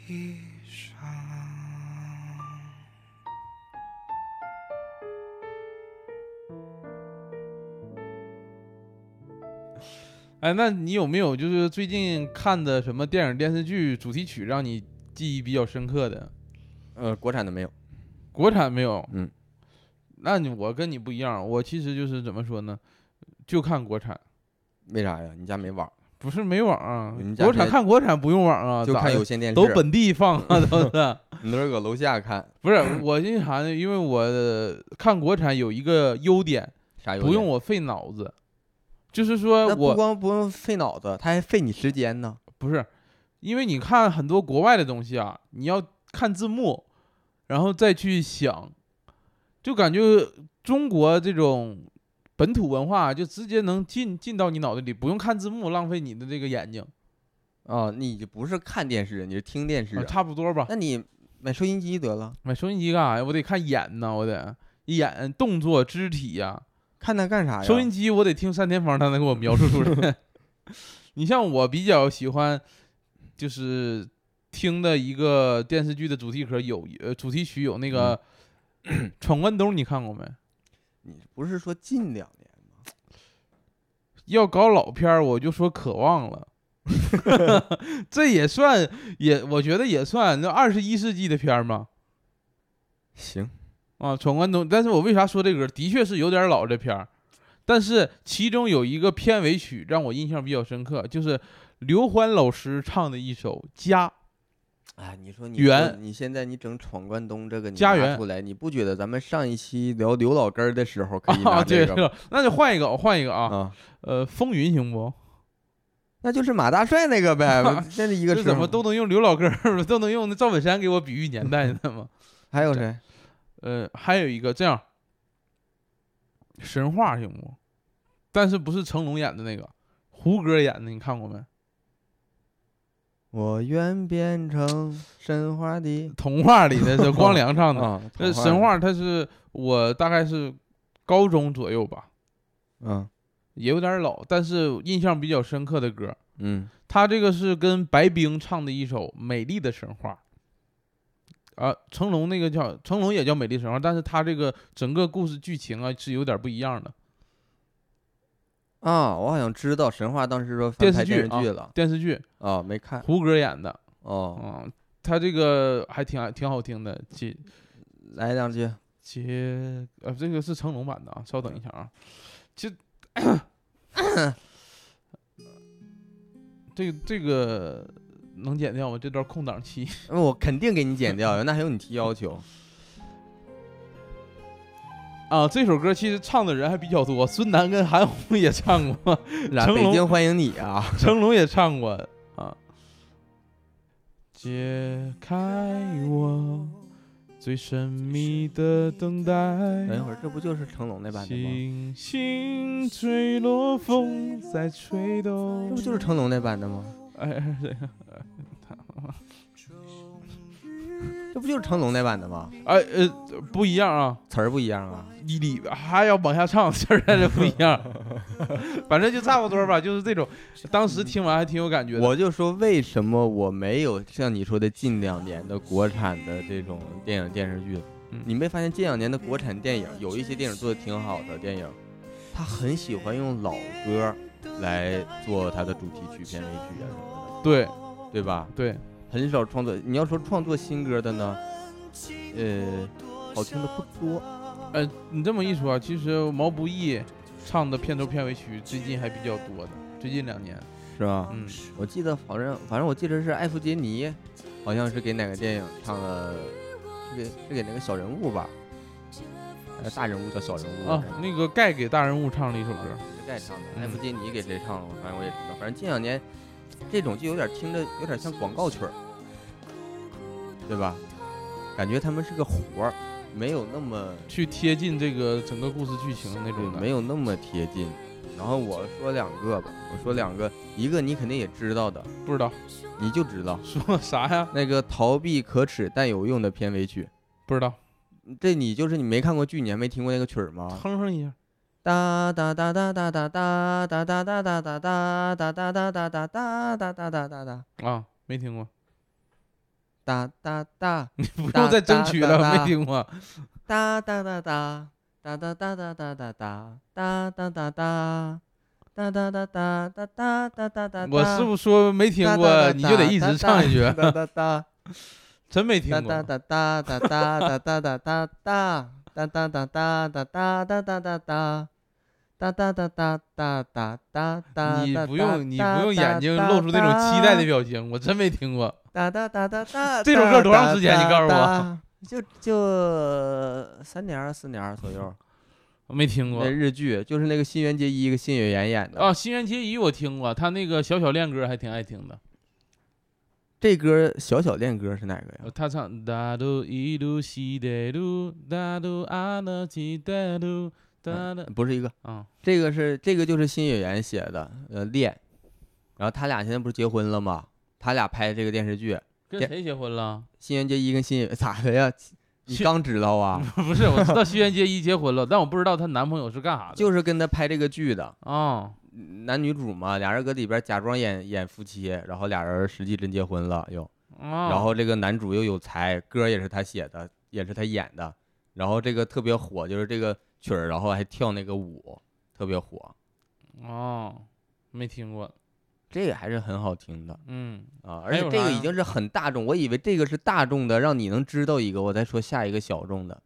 S10: 一生。
S2: 哎，那你有没有就是最近看的什么电影电视剧主题曲让你记忆比较深刻的？
S1: 呃，国产的没有，
S2: 国产没有？
S1: 嗯，
S2: 那你我跟你不一样，我其实就是怎么说呢，就看国产，
S1: 为啥呀？你家没网，
S2: 不是没网啊
S1: 你们，家
S2: 国产
S1: 没
S2: 看国产不用网啊，
S1: 就
S2: 咋
S1: 看
S2: 的
S1: 有线电视，
S2: 都本地放
S1: (laughs)
S2: 啊，都是。
S1: 你都是搁楼下看，
S2: 不是我因为啥呢？因为我呃看国产有一个优点，
S1: 啥有
S2: 不用
S1: 点。
S2: 我费脑子，就是说
S1: 那不
S2: 我
S1: 光不用费脑子，它还费你时间呢。
S2: 不是，因为你看很多国外的东西啊，你要看字幕，然后再去想，就感觉中国这种本土文化就直接能进进到你脑袋里，不用看字幕，浪费你的这个眼睛，
S1: 啊，你就不是看电视，你是听电视
S2: 啊。差不多吧。哎
S1: 那你买收音机得了，
S2: 买收音机干啥啊呀？我得看眼呐，我得眼动作肢体呀、
S1: 看它干啥哎呀？
S2: 收音机我得听单田芳才能给我描述出来。 (laughs) 你像我比较喜欢，就是听的一个电视剧的主题歌有呃主题曲有那个《 (clears throat) 闯关东》，你看过没？
S1: 你不是说近两年吗？
S2: 要搞老片儿，我就说渴望了。 (laughs) 这也算也，我觉得也算那二十一世纪的片儿嘛
S1: 行，
S2: 啊，《闯关东》。但是我为啥说这歌儿？的确是有点老这片儿，但是其中有一个片尾曲让我印象比较深刻，就是刘欢老师唱的一首《家》。
S1: 哎，你说你
S2: 圆
S1: 说你现在你整闯关东这个你
S2: 家
S1: 拿
S2: 园
S1: 出来，你不觉得咱们上一期聊刘老根儿的时候可以拿
S2: (laughs) 啊，
S1: 这
S2: 对，
S1: 个
S2: 这
S1: 吗
S2: 个那就换一个，我换一个啊。
S1: 啊？
S2: 呃，风云行不？，
S1: 那就是马大帅那个呗
S2: (laughs)
S1: 这是一个
S2: 这
S1: 时
S2: 怎
S1: 候
S2: 么都能用刘老根儿， (laughs) 都能用那赵本山给我比喻年代的吗？ (laughs)
S1: 还有谁？
S2: 呃，还有一个这样，神话行不？但是不是成龙演的那个，胡歌演的，你看过没？
S1: 我愿变成神话的
S2: 童话里
S1: (laughs)
S2: 的是光良唱的。
S1: 啊，
S2: 那
S1: 童
S2: 神
S1: 话
S2: 话，它是我大概是高中左右吧，
S1: 嗯
S2: 也有点老，但是印象比较深刻的歌。
S1: 嗯，
S2: 他这个是跟白冰唱的一首《美丽的神话》，啊，成龙那个叫成龙也叫《美丽神话》，但是他这个整个故事剧情啊是有点不一样的。
S1: 啊，我好像知道神话当时说翻
S2: 电视
S1: 拍
S2: 剧
S1: 电视
S2: 啊
S1: 剧了
S2: 电视剧
S1: 啊，没看
S2: 胡歌演的，
S1: 哦，
S2: 嗯，他这个还挺挺好听的。姐
S1: 来两句，
S2: 姐，呃，这个是成龙版的啊，稍等一
S1: 嗯
S2: 下啊，这
S1: (coughs)
S2: 这个这个能剪掉吗？这段空档期。
S1: 嗯我肯定给你剪掉，那还用你提要求？
S2: 啊，这首歌其实唱的人还比较多，孙楠跟韩红也唱过，
S1: 来，
S2: 成
S1: 北
S2: 龙
S1: 京欢迎你啊！
S2: 成龙也唱过啊。解开我最神秘的等待，
S1: 等一会儿，这不就是成龙那版的吗？
S2: 星星坠落，风在吹
S1: 这
S2: 动。
S1: 不就是成龙那版的吗？
S2: 哎哎
S1: 这不就是成龙那版的吗？
S2: 哎哎呃，不一样啊，
S1: 词儿不一样啊。
S2: 你里还要往下唱，现在这不一
S1: (laughs)
S2: 样，反正就差不多吧，就是这种。当时听完还挺有感觉的。
S1: 我就说为什么我没有像你说的近两年的国产的这种电影电视剧
S2: 嗯？
S1: 你没发现近两年的国产电影有一些电影做的挺好的电影，他很喜欢用老歌来做他的主题曲、片尾曲啊什么
S2: 对
S1: 的，对吧？
S2: 对，
S1: 很少创作。你要说创作新歌的呢，呃，好听的不多。
S2: 呃，你这么一说啊，其实毛不易唱的片头片尾曲最近还比较多的，最近两年，
S1: 是吧？
S2: 嗯，
S1: 我记得好像，反正我记得是艾弗杰尼，好像是给哪个电影唱的，是给是给那个小人物吧，还是大人物叫小人物
S2: 啊，
S1: 忘了
S2: 那个盖给大人物唱了一首歌，
S1: 是盖唱的，
S2: 嗯
S1: 艾弗杰尼给谁唱的？反正我也知道，反正近两年这种就有点听着有点像广告曲儿，对吧？感觉他们是个活儿，没有那么
S2: 去贴近这个整个故事剧情那
S1: 对
S2: 种的，
S1: 没有那么贴近。然后我说两个吧，我说两个，一个你肯定也知道的，
S2: 不知道
S1: 你就知道
S2: 说啥呀？
S1: 那个逃避可耻但有用的片尾曲，
S2: 不知道，
S1: 这你就是你没看过剧，你还没听过那个曲儿吗？
S2: 哼哼一下。
S1: 哒哒哒哒哒哒哒哒哒哒哒哒哒哒哒哒哒哒哒哒哒哒哒哒
S2: 啊，没
S1: (laughs)
S2: 听过，
S1: 哒哒
S2: 你不用再争取了，没听过。
S1: 哒哒哒哒哒哒哒哒哒哒哒哒哒哒哒哒哒哒哒哒哒哒哒哒。
S2: 我是不是说没听过，你就得一直唱一句？ (laughs)
S1: 哒哒哒
S2: 真没听
S1: 哒
S2: 过
S1: 哒。哒哒哒哒哒哒哒哒哒哒哒哒哒哒哒哒哒哒。哒哒哒哒哒哒哒哒，
S2: 你不用，你不用眼睛露出那种期待的表情，我真没听过。
S1: 哒哒哒哒哒。
S2: (laughs) 这首歌多长时间你告诉我
S1: 我。就就三年儿四年儿左右。
S2: 我没听过
S1: 那日剧就是那个新垣结衣跟新演员演的。
S2: 啊。新垣结衣我听过，他那个小小恋歌还挺爱听的。
S1: 这歌《小小恋歌》是哪个呀？
S2: 他唱哒嘟一嘟西得嘟哒嘟阿那吉得嘟哒哒
S1: 嗯不是一个，
S2: 啊，
S1: 这个是这个就是新演员写的，呃，恋。然后他俩现在不是结婚了吗？他俩拍这个电视剧，
S2: 跟
S1: 这
S2: 谁结婚了？ (laughs) 新
S1: 新垣结衣跟新演员 (laughs) 咋的呀？你
S2: 新
S1: 刚知道
S2: (laughs)
S1: 啊？
S2: 不是，我知道新垣结衣结婚了，但我不知道她男朋友是干啥的。
S1: 就是跟他拍这个剧的
S2: 啊，
S1: 男女主嘛，俩人搁里边假装演演夫妻，然后俩人实际真结婚了又。
S2: 然
S1: 然后这个男主又有才，歌也是他写的，也是他演的，然后这个特别火，就是这个曲儿，然后还跳那个舞，特别火，
S2: 哦，没听过，
S1: 这个还是很好听的
S2: 嗯，
S1: 啊，
S2: 还
S1: 而且
S2: 有
S1: 这
S2: 啥
S1: 个
S2: 呀
S1: 已经是很大众，我以为这个是大众的，让你能知道一个，我再说下一个小众的 (laughs)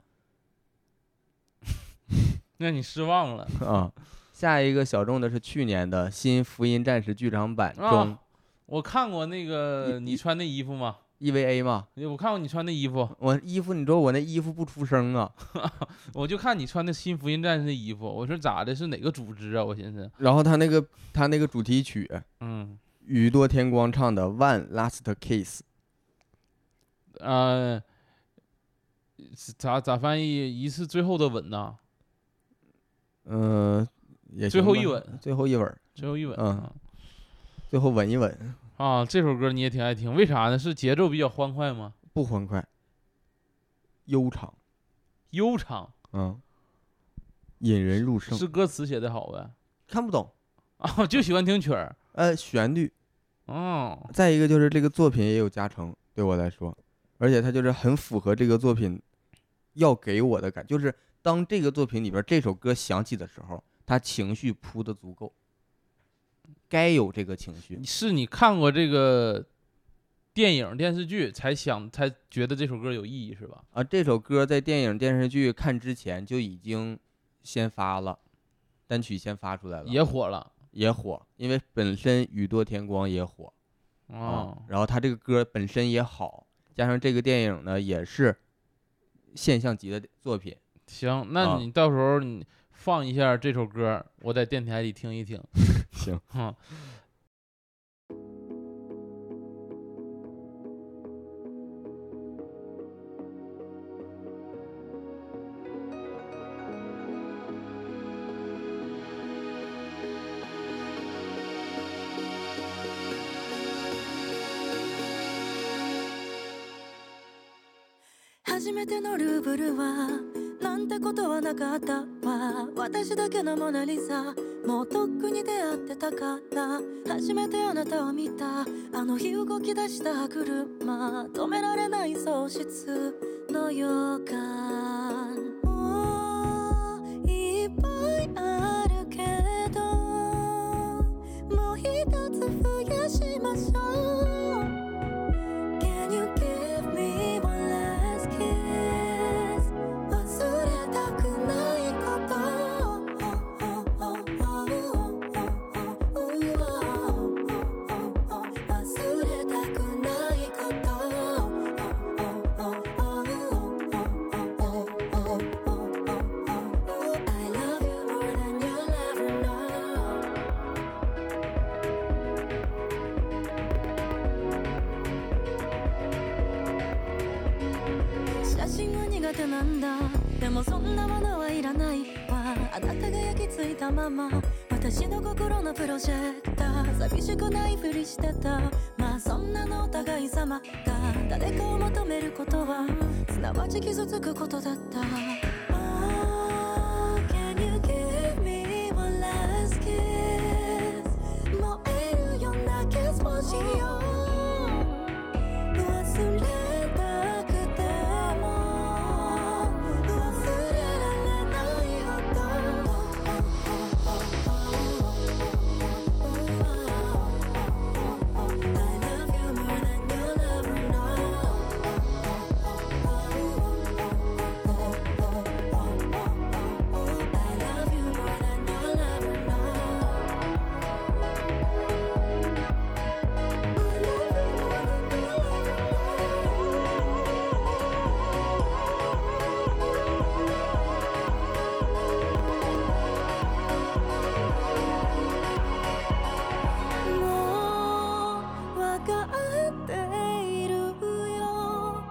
S2: 让你失望了。
S1: 啊，下一个小众的是去年的新《福音战士》剧场版中、
S2: 啊，我看过那个你穿那衣服吗？
S1: EVA ，E 嘛，
S2: 我看过你穿那衣服，
S1: 我衣服你知道我那衣服不出声啊，
S2: 我就看你穿的新福音战士的衣服，我说咋的？是哪个组织啊？我寻思，
S1: 然后他那个他那个主题曲
S2: 嗯，
S1: 宇多田光唱的《One Last Kiss》。
S2: 呃，是咋咋翻译？一次最后的吻呐，
S1: 嗯，也
S2: 最
S1: 行
S2: 后
S1: 吧
S2: 一吻，
S1: 最后一吻儿，
S2: 最后一吻。
S1: 嗯最后吻一吻，
S2: 啊，这首歌你也挺爱听，为啥呢？是节奏比较欢快吗？
S1: 不欢快，悠长，
S2: 悠长，
S1: 嗯，引人入胜，
S2: 是歌词写的好呗？ (laughs)
S1: 看不懂，
S2: 啊，就喜欢听曲儿。
S1: 呃，旋律，
S2: 哦，
S1: 再一个就是这个作品也有加成，对我来说，而且它就是很符合这个作品要给我的感，就是当这个作品里边这首歌响起的时候，它情绪铺的足够，该有这个情绪，
S2: 是你看过这个电影电视剧才想才觉得这首歌有意义是吧？
S1: 啊，这首歌在电影、电视剧看之前就已经先发了，单曲先发出来了，
S2: 也火了
S1: 也火，因为本身宇多田光也火啊、
S2: 哦，
S1: 然后他这个歌本身也好，加上这个电影呢也是现象级的作品，
S2: 行，那
S1: 啊
S2: 你到时候你放一下这首歌，我在电台里听一听。
S1: 行，
S2: 嗯
S11: 初めてのルーブルはなんてことはなかったわ私だけのモナ・リザもうとっくに出会ってたから初めてあなたを見たあの日動き出した車止められない喪失の予感もういっぱいあるけどもう一つ増やしましょう Can you give me one last kiss? 忘れたくないこと Oh, oh, oh, oh, oh, oh, oh, oh, oh, oh, oh, 忘れたくないこと Oh, oh, oh, oh, oh, oh, oh, oh, oh, oh, oh, oh. I love you more than you'll ever know 写真は苦手なんだでもそんなものはいらないわあなたが焼き付いたまま私私の心のプロジェクター寂しくないふりしてたまあそんなのお互い様だ誰かを求めることはすなわち傷つくことだった Oh, can you give me one last kiss? 燃えるようなキスをしよう忘れたくても忘れられないほどもう分かっているよ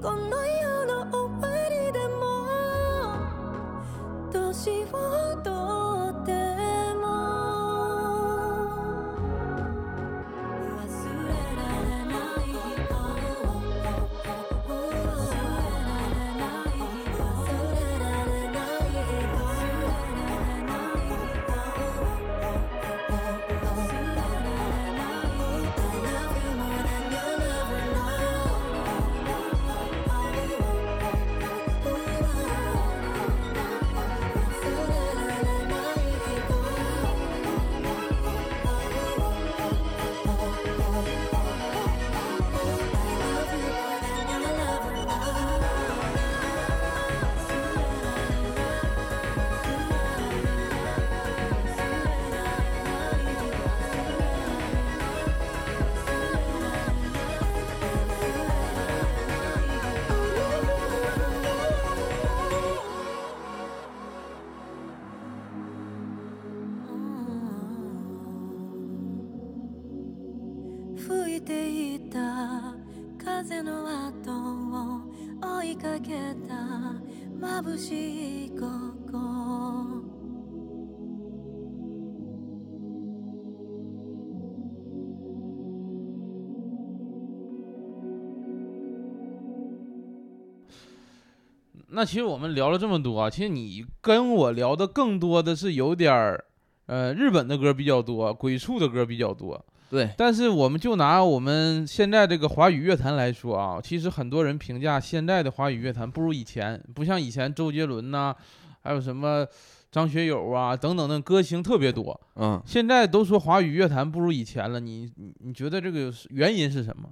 S11: この世の終わりでも年をとっても忘れられない日々吹いていた風の跡を追いかけた眩しい午後
S2: 那其实我们聊了这么多啊，其实你跟我聊的更多的是有点儿，呃，日本的歌比较多，鬼畜的歌比较多。
S1: 对，
S2: 但是我们就拿我们现在这个华语乐坛来说啊，其实很多人评价现在的华语乐坛不如以前，不像以前周杰伦呐、还有什么张学友啊等等的歌星特别多。
S1: 嗯，
S2: 现在都说华语乐坛不如以前了，你你你觉得这个有原因是什么？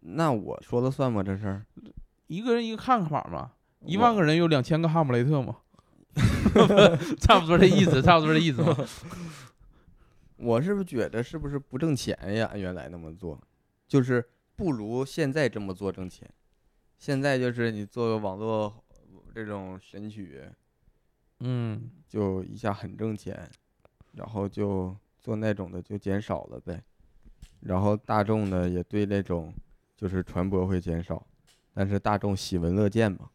S1: 那我说了算吗？这事儿，
S2: 一个人一个看法嘛，一万个人有两千个哈姆雷特嘛， (laughs) 差不多这意思，差不多这意思嘛。
S1: 我是不是觉得是不是不挣钱呀？按原来那么做，就是不如现在这么做挣钱。现在就是你做个网络这种神曲，
S2: 嗯，
S1: 就一下很挣钱，然后就做那种的就减少了呗，然后大众呢也对那种就是传播会减少，但是大众喜闻乐见嘛，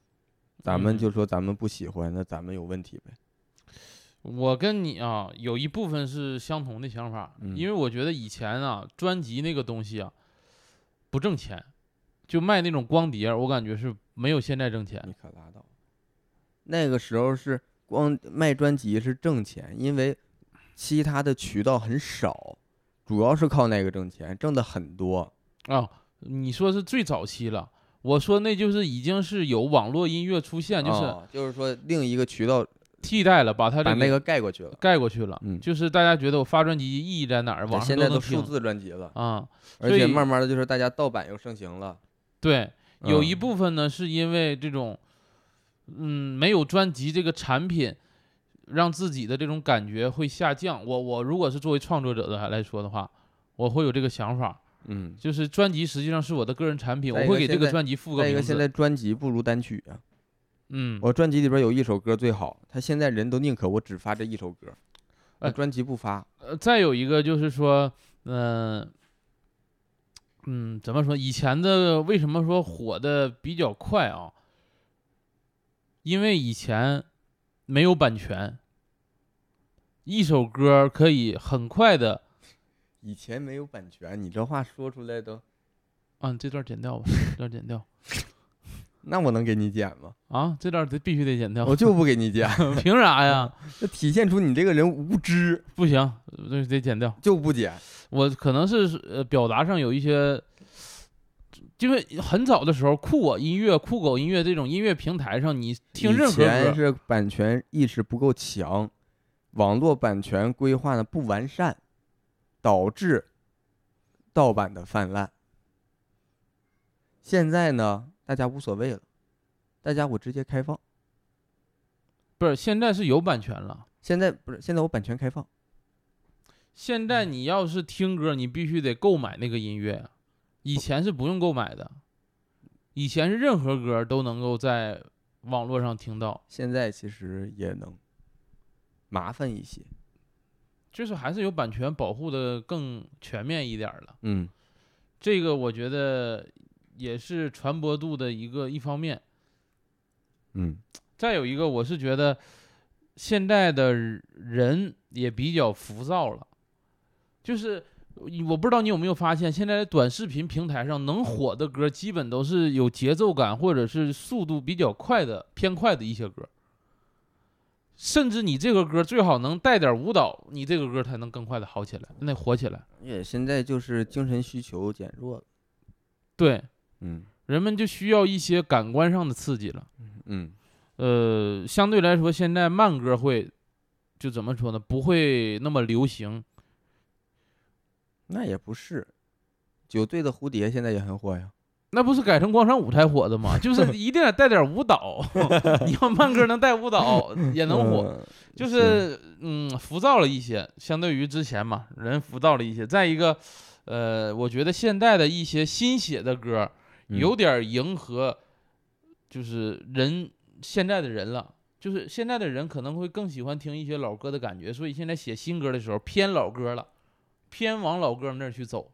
S1: 咱
S2: 嗯
S1: 们就说咱们不喜欢，那咱们有问题呗。
S2: 我跟你啊，有一部分是相同的想法，
S1: 嗯
S2: 因为我觉得以前啊，专辑那个东西啊，不挣钱，就卖那种光碟儿，我感觉是没有现在挣钱。
S1: 你可拉倒，那个时候是光卖专辑是挣钱，因为其他的渠道很少，主要是靠那个挣钱，挣的很多。
S2: 啊、你说是最早期了，我说那就是已经是有网络音乐出现，就是
S1: 哦就是说另一个渠道
S2: 替代了，把它
S1: 把
S2: 这
S1: 那个盖过去了。
S2: 盖过去了。
S1: 嗯
S2: 就是大家觉得我发专辑意义在哪儿？
S1: 对
S2: 网上
S1: 现在
S2: 能
S1: 都数
S2: 听
S1: 字专辑了，
S2: 啊，
S1: 而
S2: 所
S1: 且
S2: 以
S1: 慢慢的就是大家盗版又盛行了。
S2: 对，有一
S1: 嗯
S2: 部分呢是因为这种，嗯，没有专辑这个产品，让自己的这种感觉会下降。我我如果是作为创作者的来说的话，我会有这个想法，
S1: 嗯，
S2: 就是专辑实际上是我的个人产品，
S1: 再
S2: 我
S1: 一
S2: 会
S1: 个
S2: 给这
S1: 现
S2: 个
S1: 在
S2: 专辑附个
S1: 再一个，
S2: 名
S1: 现在
S2: 字。
S1: 专辑不如单曲啊。
S2: 嗯，
S1: 我专辑里边有一首歌最好，他现在人都宁可我只发这一首歌，我
S2: 哎
S1: 专辑不发。
S2: 呃，再有一个就是说，嗯、嗯，怎么说？以前的为什么说火的比较快啊？因为以前没有版权，一首歌可以很快的，
S1: 以前没有版权，你这话说出来都，
S2: 啊，你这段剪掉吧，这段剪掉
S1: 那我能给你剪吗？
S2: 啊，这段得必须得剪掉，
S1: 我就不给你剪，
S2: (laughs)
S1: (laughs)
S2: 凭啥呀？
S1: 这体现出你这个人无知，
S2: 不行，呃这得剪掉，
S1: 就不剪。
S2: 我可能是呃表达上有一些，因为很早的时候，酷我音乐、酷狗音乐这种音乐平台上，你听任
S1: 以
S2: 何
S1: 前
S2: 歌，
S1: 是版权意识不够强，网络版权规划的不完善，导致盗版的泛滥。现在呢，大家无所谓了，大家我直接开放。
S2: 不是现在是有版权了。
S1: 现在不是现在我版权开放，
S2: 现
S1: 嗯
S2: 在你要是听歌，你必须得购买那个音乐啊，以前是不用购买的，以前是任何歌都能够在网络上听到，
S1: 现在其实也能麻烦一些。
S2: 就是还是有版权保护的更全面一点儿了。
S1: 嗯，
S2: 这个我觉得也是传播度的一个一方面。
S1: 嗯，
S2: 再有一个，我是觉得现在的人也比较浮躁了，就是我不知道你有没有发现，现在的短视频平台上能火的歌，基本都是有节奏感或者是速度比较快的、偏快的一些歌。甚至你这个歌最好能带点舞蹈，你这个歌才能更快的好起来，那火起来。
S1: 也现在就是精神需求减弱了。
S2: 对，
S1: 嗯
S2: 人们就需要一些感官上的刺激了。
S1: 嗯
S2: 呃，相对来说，现在慢歌会就怎么说呢？不会那么流行。
S1: 那也不是，九队的蝴蝶现在也很火呀。
S2: 那不是改成广场舞才火的吗？ (laughs) 就是一定得带点舞蹈， (laughs) 你要慢歌能带舞蹈也能火，
S1: 嗯
S2: 就是嗯浮躁了一些，相对于之前嘛，人浮躁了一些。再一个，呃，我觉得现在的一些新写的歌
S1: 嗯
S2: 有点迎合，就是人现在的人了。就是现在的人可能会更喜欢听一些老歌的感觉，所以现在写新歌的时候偏老歌了，偏往老歌那儿去走，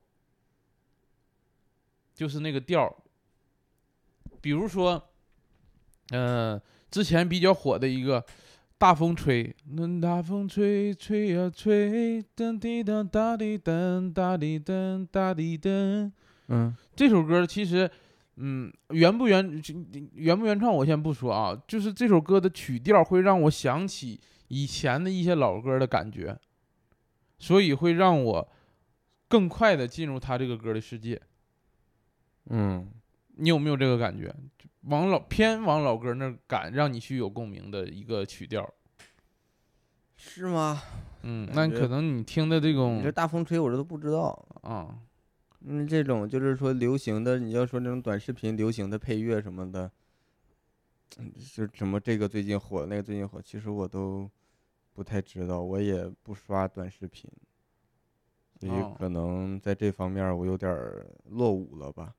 S2: 就是那个调儿。比如说，呃，之前比较火的一个《大风吹》，那大风吹，吹呀吹，噔滴噔哒滴噔哒滴噔哒滴噔。
S1: 嗯
S2: 这首歌其实，嗯，原不原这原不原创我先不说啊，就是这首歌的曲调会让我想起以前的一些老歌的感觉，所以会让我更快的进入他这个歌的世界。
S1: 嗯，
S2: 你有没有这个感觉？就往老偏往老歌那儿赶，让你去有共鸣的一个曲调。
S1: 是吗？
S2: 嗯，那
S1: 感觉
S2: 可能你听的这
S1: 你这
S2: 种
S1: 大风吹我这都不知道。
S2: 啊，
S1: 嗯，这种就是说流行的，你要说那种短视频流行的配乐什么的，嗯就什么这个最近火，那个最近火，其实我都不太知道，我也不刷短视频，所
S2: 哦
S1: 以可能在这方面儿我有点儿落伍了吧。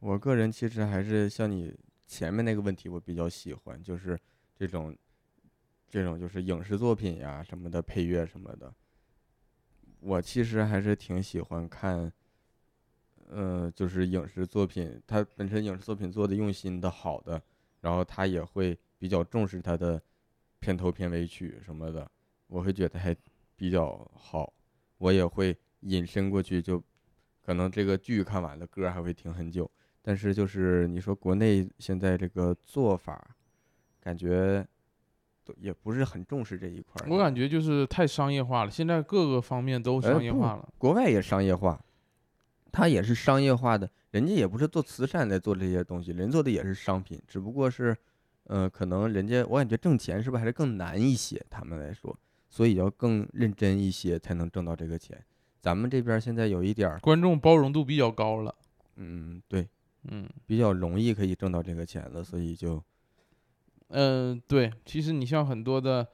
S1: 我个人其实还是像你前面那个问题，我比较喜欢，就是这种这种就是影视作品呀什么的配乐什么的，我其实还是挺喜欢看，呃，就是影视作品，它本身影视作品做的用心的好的，然后它也会比较重视它的片头片尾曲什么的，我会觉得还比较好，我也会引申过去就，可能这个剧看完了，歌儿还会听很久，但是就是你说国内现在这个做法儿，感觉。都也不是很重视这一块儿，
S2: 我感觉就是太商业化了，现在各个方面都
S1: 呃
S2: 商业
S1: 不
S2: 化了。
S1: 国外也商业化，它也是商业化的，人家也不是做慈善在做这些东西，人做的也是商品，只不过是，呃，可能人家我感觉挣钱是不是还是更难一些，他们来说，所以要更认真一些才能挣到这个钱。咱们这边儿现在有一点儿，
S2: 观众包容度比较高了，
S1: 嗯，对，
S2: 嗯。
S1: 比较容易可以挣到这个钱了，所以就
S2: 嗯，对，其实你像很多的，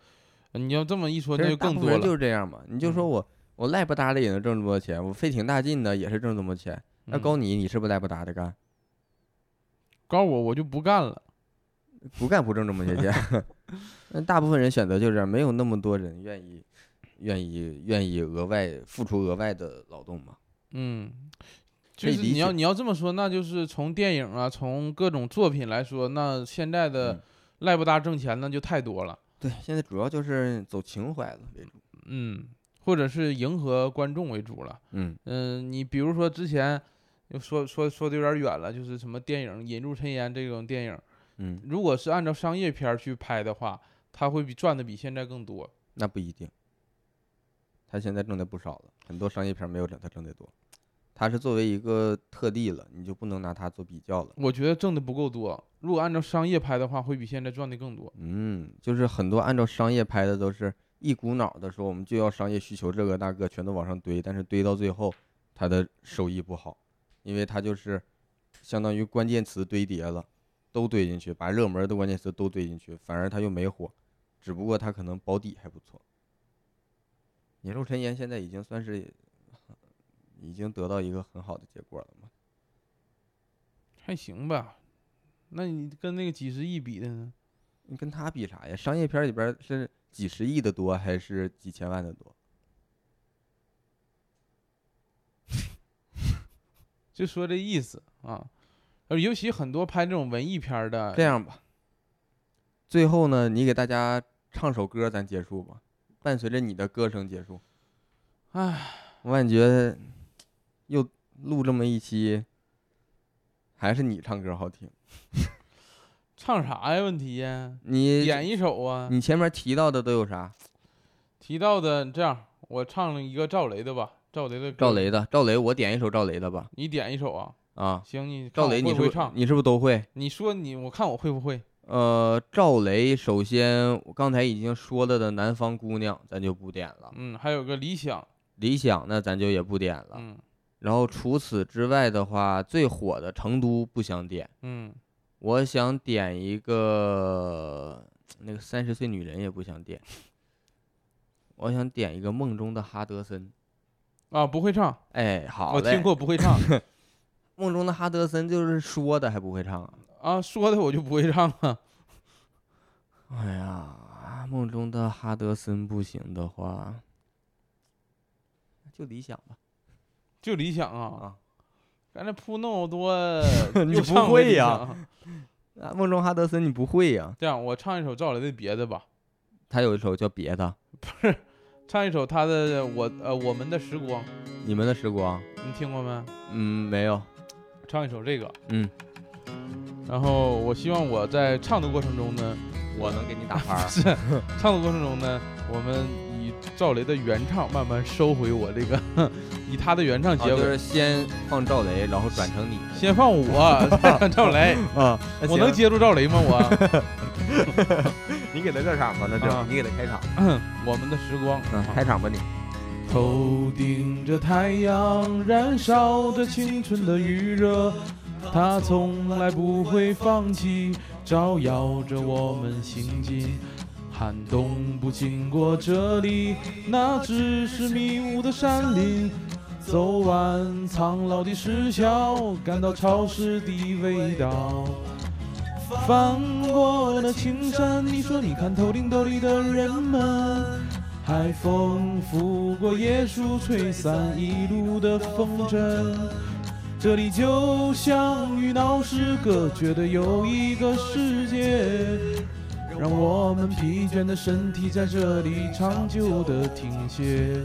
S2: 呃你要这么一说，
S1: 其
S2: 那
S1: 实
S2: 就
S1: 大
S2: 更
S1: 部
S2: 多
S1: 分人就
S2: 了。
S1: 是这样嘛。你就说
S2: 嗯
S1: 我、我赖不搭的也能挣这么多钱，我费挺大劲的也是挣这么多钱。那
S2: 嗯
S1: 高你，你是不是赖不搭的干？
S2: 高我我就不干了。
S1: 不干不挣这么些 (laughs) 钱。那大部分人选择就是这样，没有那么多人愿意、愿意、愿意额外付出额外的劳动嘛。
S2: 嗯，就
S1: 可以
S2: 是
S1: 理
S2: 你要
S1: 解
S2: 你要这么说，那就是从电
S1: 嗯
S2: 影啊，从各种作品来说，那现在的赖不搭挣钱那就太多了。
S1: 对，现在主要就是走情怀了为主。
S2: 嗯，或者是迎合观众为主了。呃
S1: 嗯
S2: 你比如说之前说说说的有点远了，就是什么电影《引入尘烟》这种电影，
S1: 嗯，
S2: 如果是按照商业片儿去拍的话，它会比赚的比现在更多。
S1: 那不一定，他现在挣的不少了，很多商业片儿没有挣他挣得多。他是作为一个特例了，你就不能拿他做比较了。
S2: 我觉得挣的不够多，如果按照商业拍的话，会比现在赚的更多。
S1: 嗯，就是很多按照商业拍的都是一股脑的说我们就要商业需求这个那个全都往上堆，但是堆到最后，它的收益不好，因为它就是相当于关键词堆叠了，都堆进去，把热门的关键词都堆进去，反而它又没火，只不过它可能保底还不错。引入尘烟现在已经算是已经得到一个很好的结果了嘛？
S2: 还行吧，那你跟那个几十亿比的呢？
S1: 你跟他比啥呀？商业片儿里边儿是几十亿的多还是几千万的多？
S2: 就说这意思啊。呃，尤其很多拍这种文艺片儿的，
S1: 这样吧，最后呢，你给大家唱首歌，咱结束吧，伴随着你的歌声结束。
S2: 唉，
S1: 我感觉又录这么一期，还是你唱歌好听。
S2: 唱啥呀？问题呀？
S1: 你
S2: 点一首啊？
S1: 你前面提到的都有啥？
S2: 提到的这样，我唱了一个赵雷的吧，赵雷的歌
S1: 赵雷，的，赵雷，我点一首赵雷的吧。
S2: 你点一首啊？
S1: 啊，
S2: 行，你看
S1: 赵
S2: 我
S1: 雷，
S2: 会
S1: 你
S2: 不
S1: 是
S2: 会
S1: 不是
S2: 唱？
S1: 你是不是都会？
S2: 你说你，我看我会不会？
S1: 呃，赵雷，首先我刚才已经说了的《南方姑娘》，咱就不点了。
S2: 嗯，还有个理想，
S1: 理想那咱就也不点了。
S2: 嗯
S1: 然后除此之外的话，最火的成都不想点，
S2: 嗯，
S1: 我想点一个那个三十岁女人也不想点，我想点一个梦中的哈德森。
S2: 啊，不会唱，
S1: 哎，好
S2: 我
S1: 嘞，
S2: 听过不
S1: (laughs)
S2: 会唱
S1: 梦中的哈德森就是说的还不会唱啊。
S2: 啊，说的我就不会唱了。
S1: 哎呀，梦中的哈德森不行的话，就理想吧。，
S2: 就理想啊，咱这铺那么多
S1: (laughs) 你
S2: 又
S1: 不
S2: 唱回
S1: 会
S2: 理
S1: 呀
S2: 想啊？
S1: 啊，梦中哈德森你不会呀、
S2: 这样，我唱一首赵雷的别的吧，
S1: 他有一首叫《别的》，
S2: 唱一首他的我呃我们的时光，
S1: 你们的时光，
S2: 你听过没？
S1: 嗯，没有，
S2: 唱一首这个，
S1: 嗯，
S2: 然后我希望我在唱的过程中呢，
S1: 我能给你
S2: (laughs)
S1: 打拍儿。
S2: 是唱的过程中呢，我们以赵雷的原唱慢慢收回我这个， (laughs) 以他的原唱
S1: 啊
S2: 结
S1: 就
S2: 尾，
S1: 是先放赵雷，然后转成你
S2: 先放我， (laughs) 再放赵雷，
S1: 啊。
S2: 我能接住赵雷吗？我
S1: (laughs) 你给他热场吧，那
S2: 就啊
S1: 你给他开场，
S2: (clears throat) 我们的时光，
S1: 嗯，开场吧你。
S2: 头顶着太阳，燃烧着青春的余热，它从来不会放弃，照耀着我们行进。寒冬不经过这里，那只是迷雾的山林。走完苍老的石桥，感到潮湿的味道。翻过了青山，你说你看头顶斗笠的人们，海风拂过椰树，吹散一路的风筝。这里就像与闹市隔绝的又一个世界，让我们疲倦的身体在这里长久的停歇。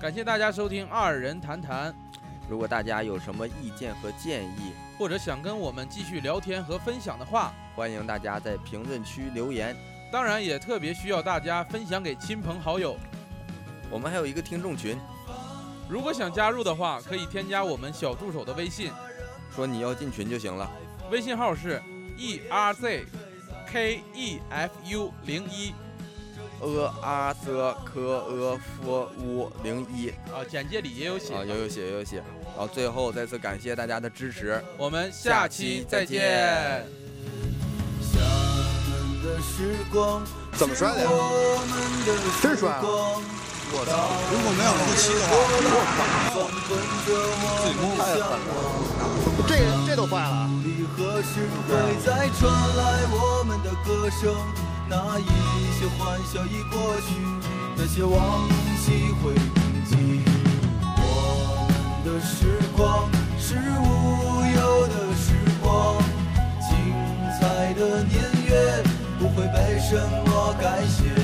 S2: 感谢大家收听《二人谈谈》。
S1: 如果大家有什么意见和建议，
S2: 或者想跟我们继续聊天和分享的话，
S1: 欢迎大家在评论区留言。
S2: 当然也特别需要大家分享给亲朋好友。
S1: 我们还有一个听众群，
S2: 如果想加入的话，可以添加我们小助手的微信，
S1: 说你要进群就行了。
S2: 微信号是 e r z k e f u 零一
S1: 呃啊瑟科呃夫乌零一
S2: 啊，简介里也有写。
S1: 啊，有有写有有写。然后最后再次感谢大家的支持。
S2: 我们下期再
S1: 下期再
S2: 见
S1: 见。
S12: 怎么摔的呀？真摔了！我操！如果没有后期的话，我操！自己摸太狠了，这这都坏了啊。
S6: 那些往昔会铭记，我们的时光
S12: 什么感谢？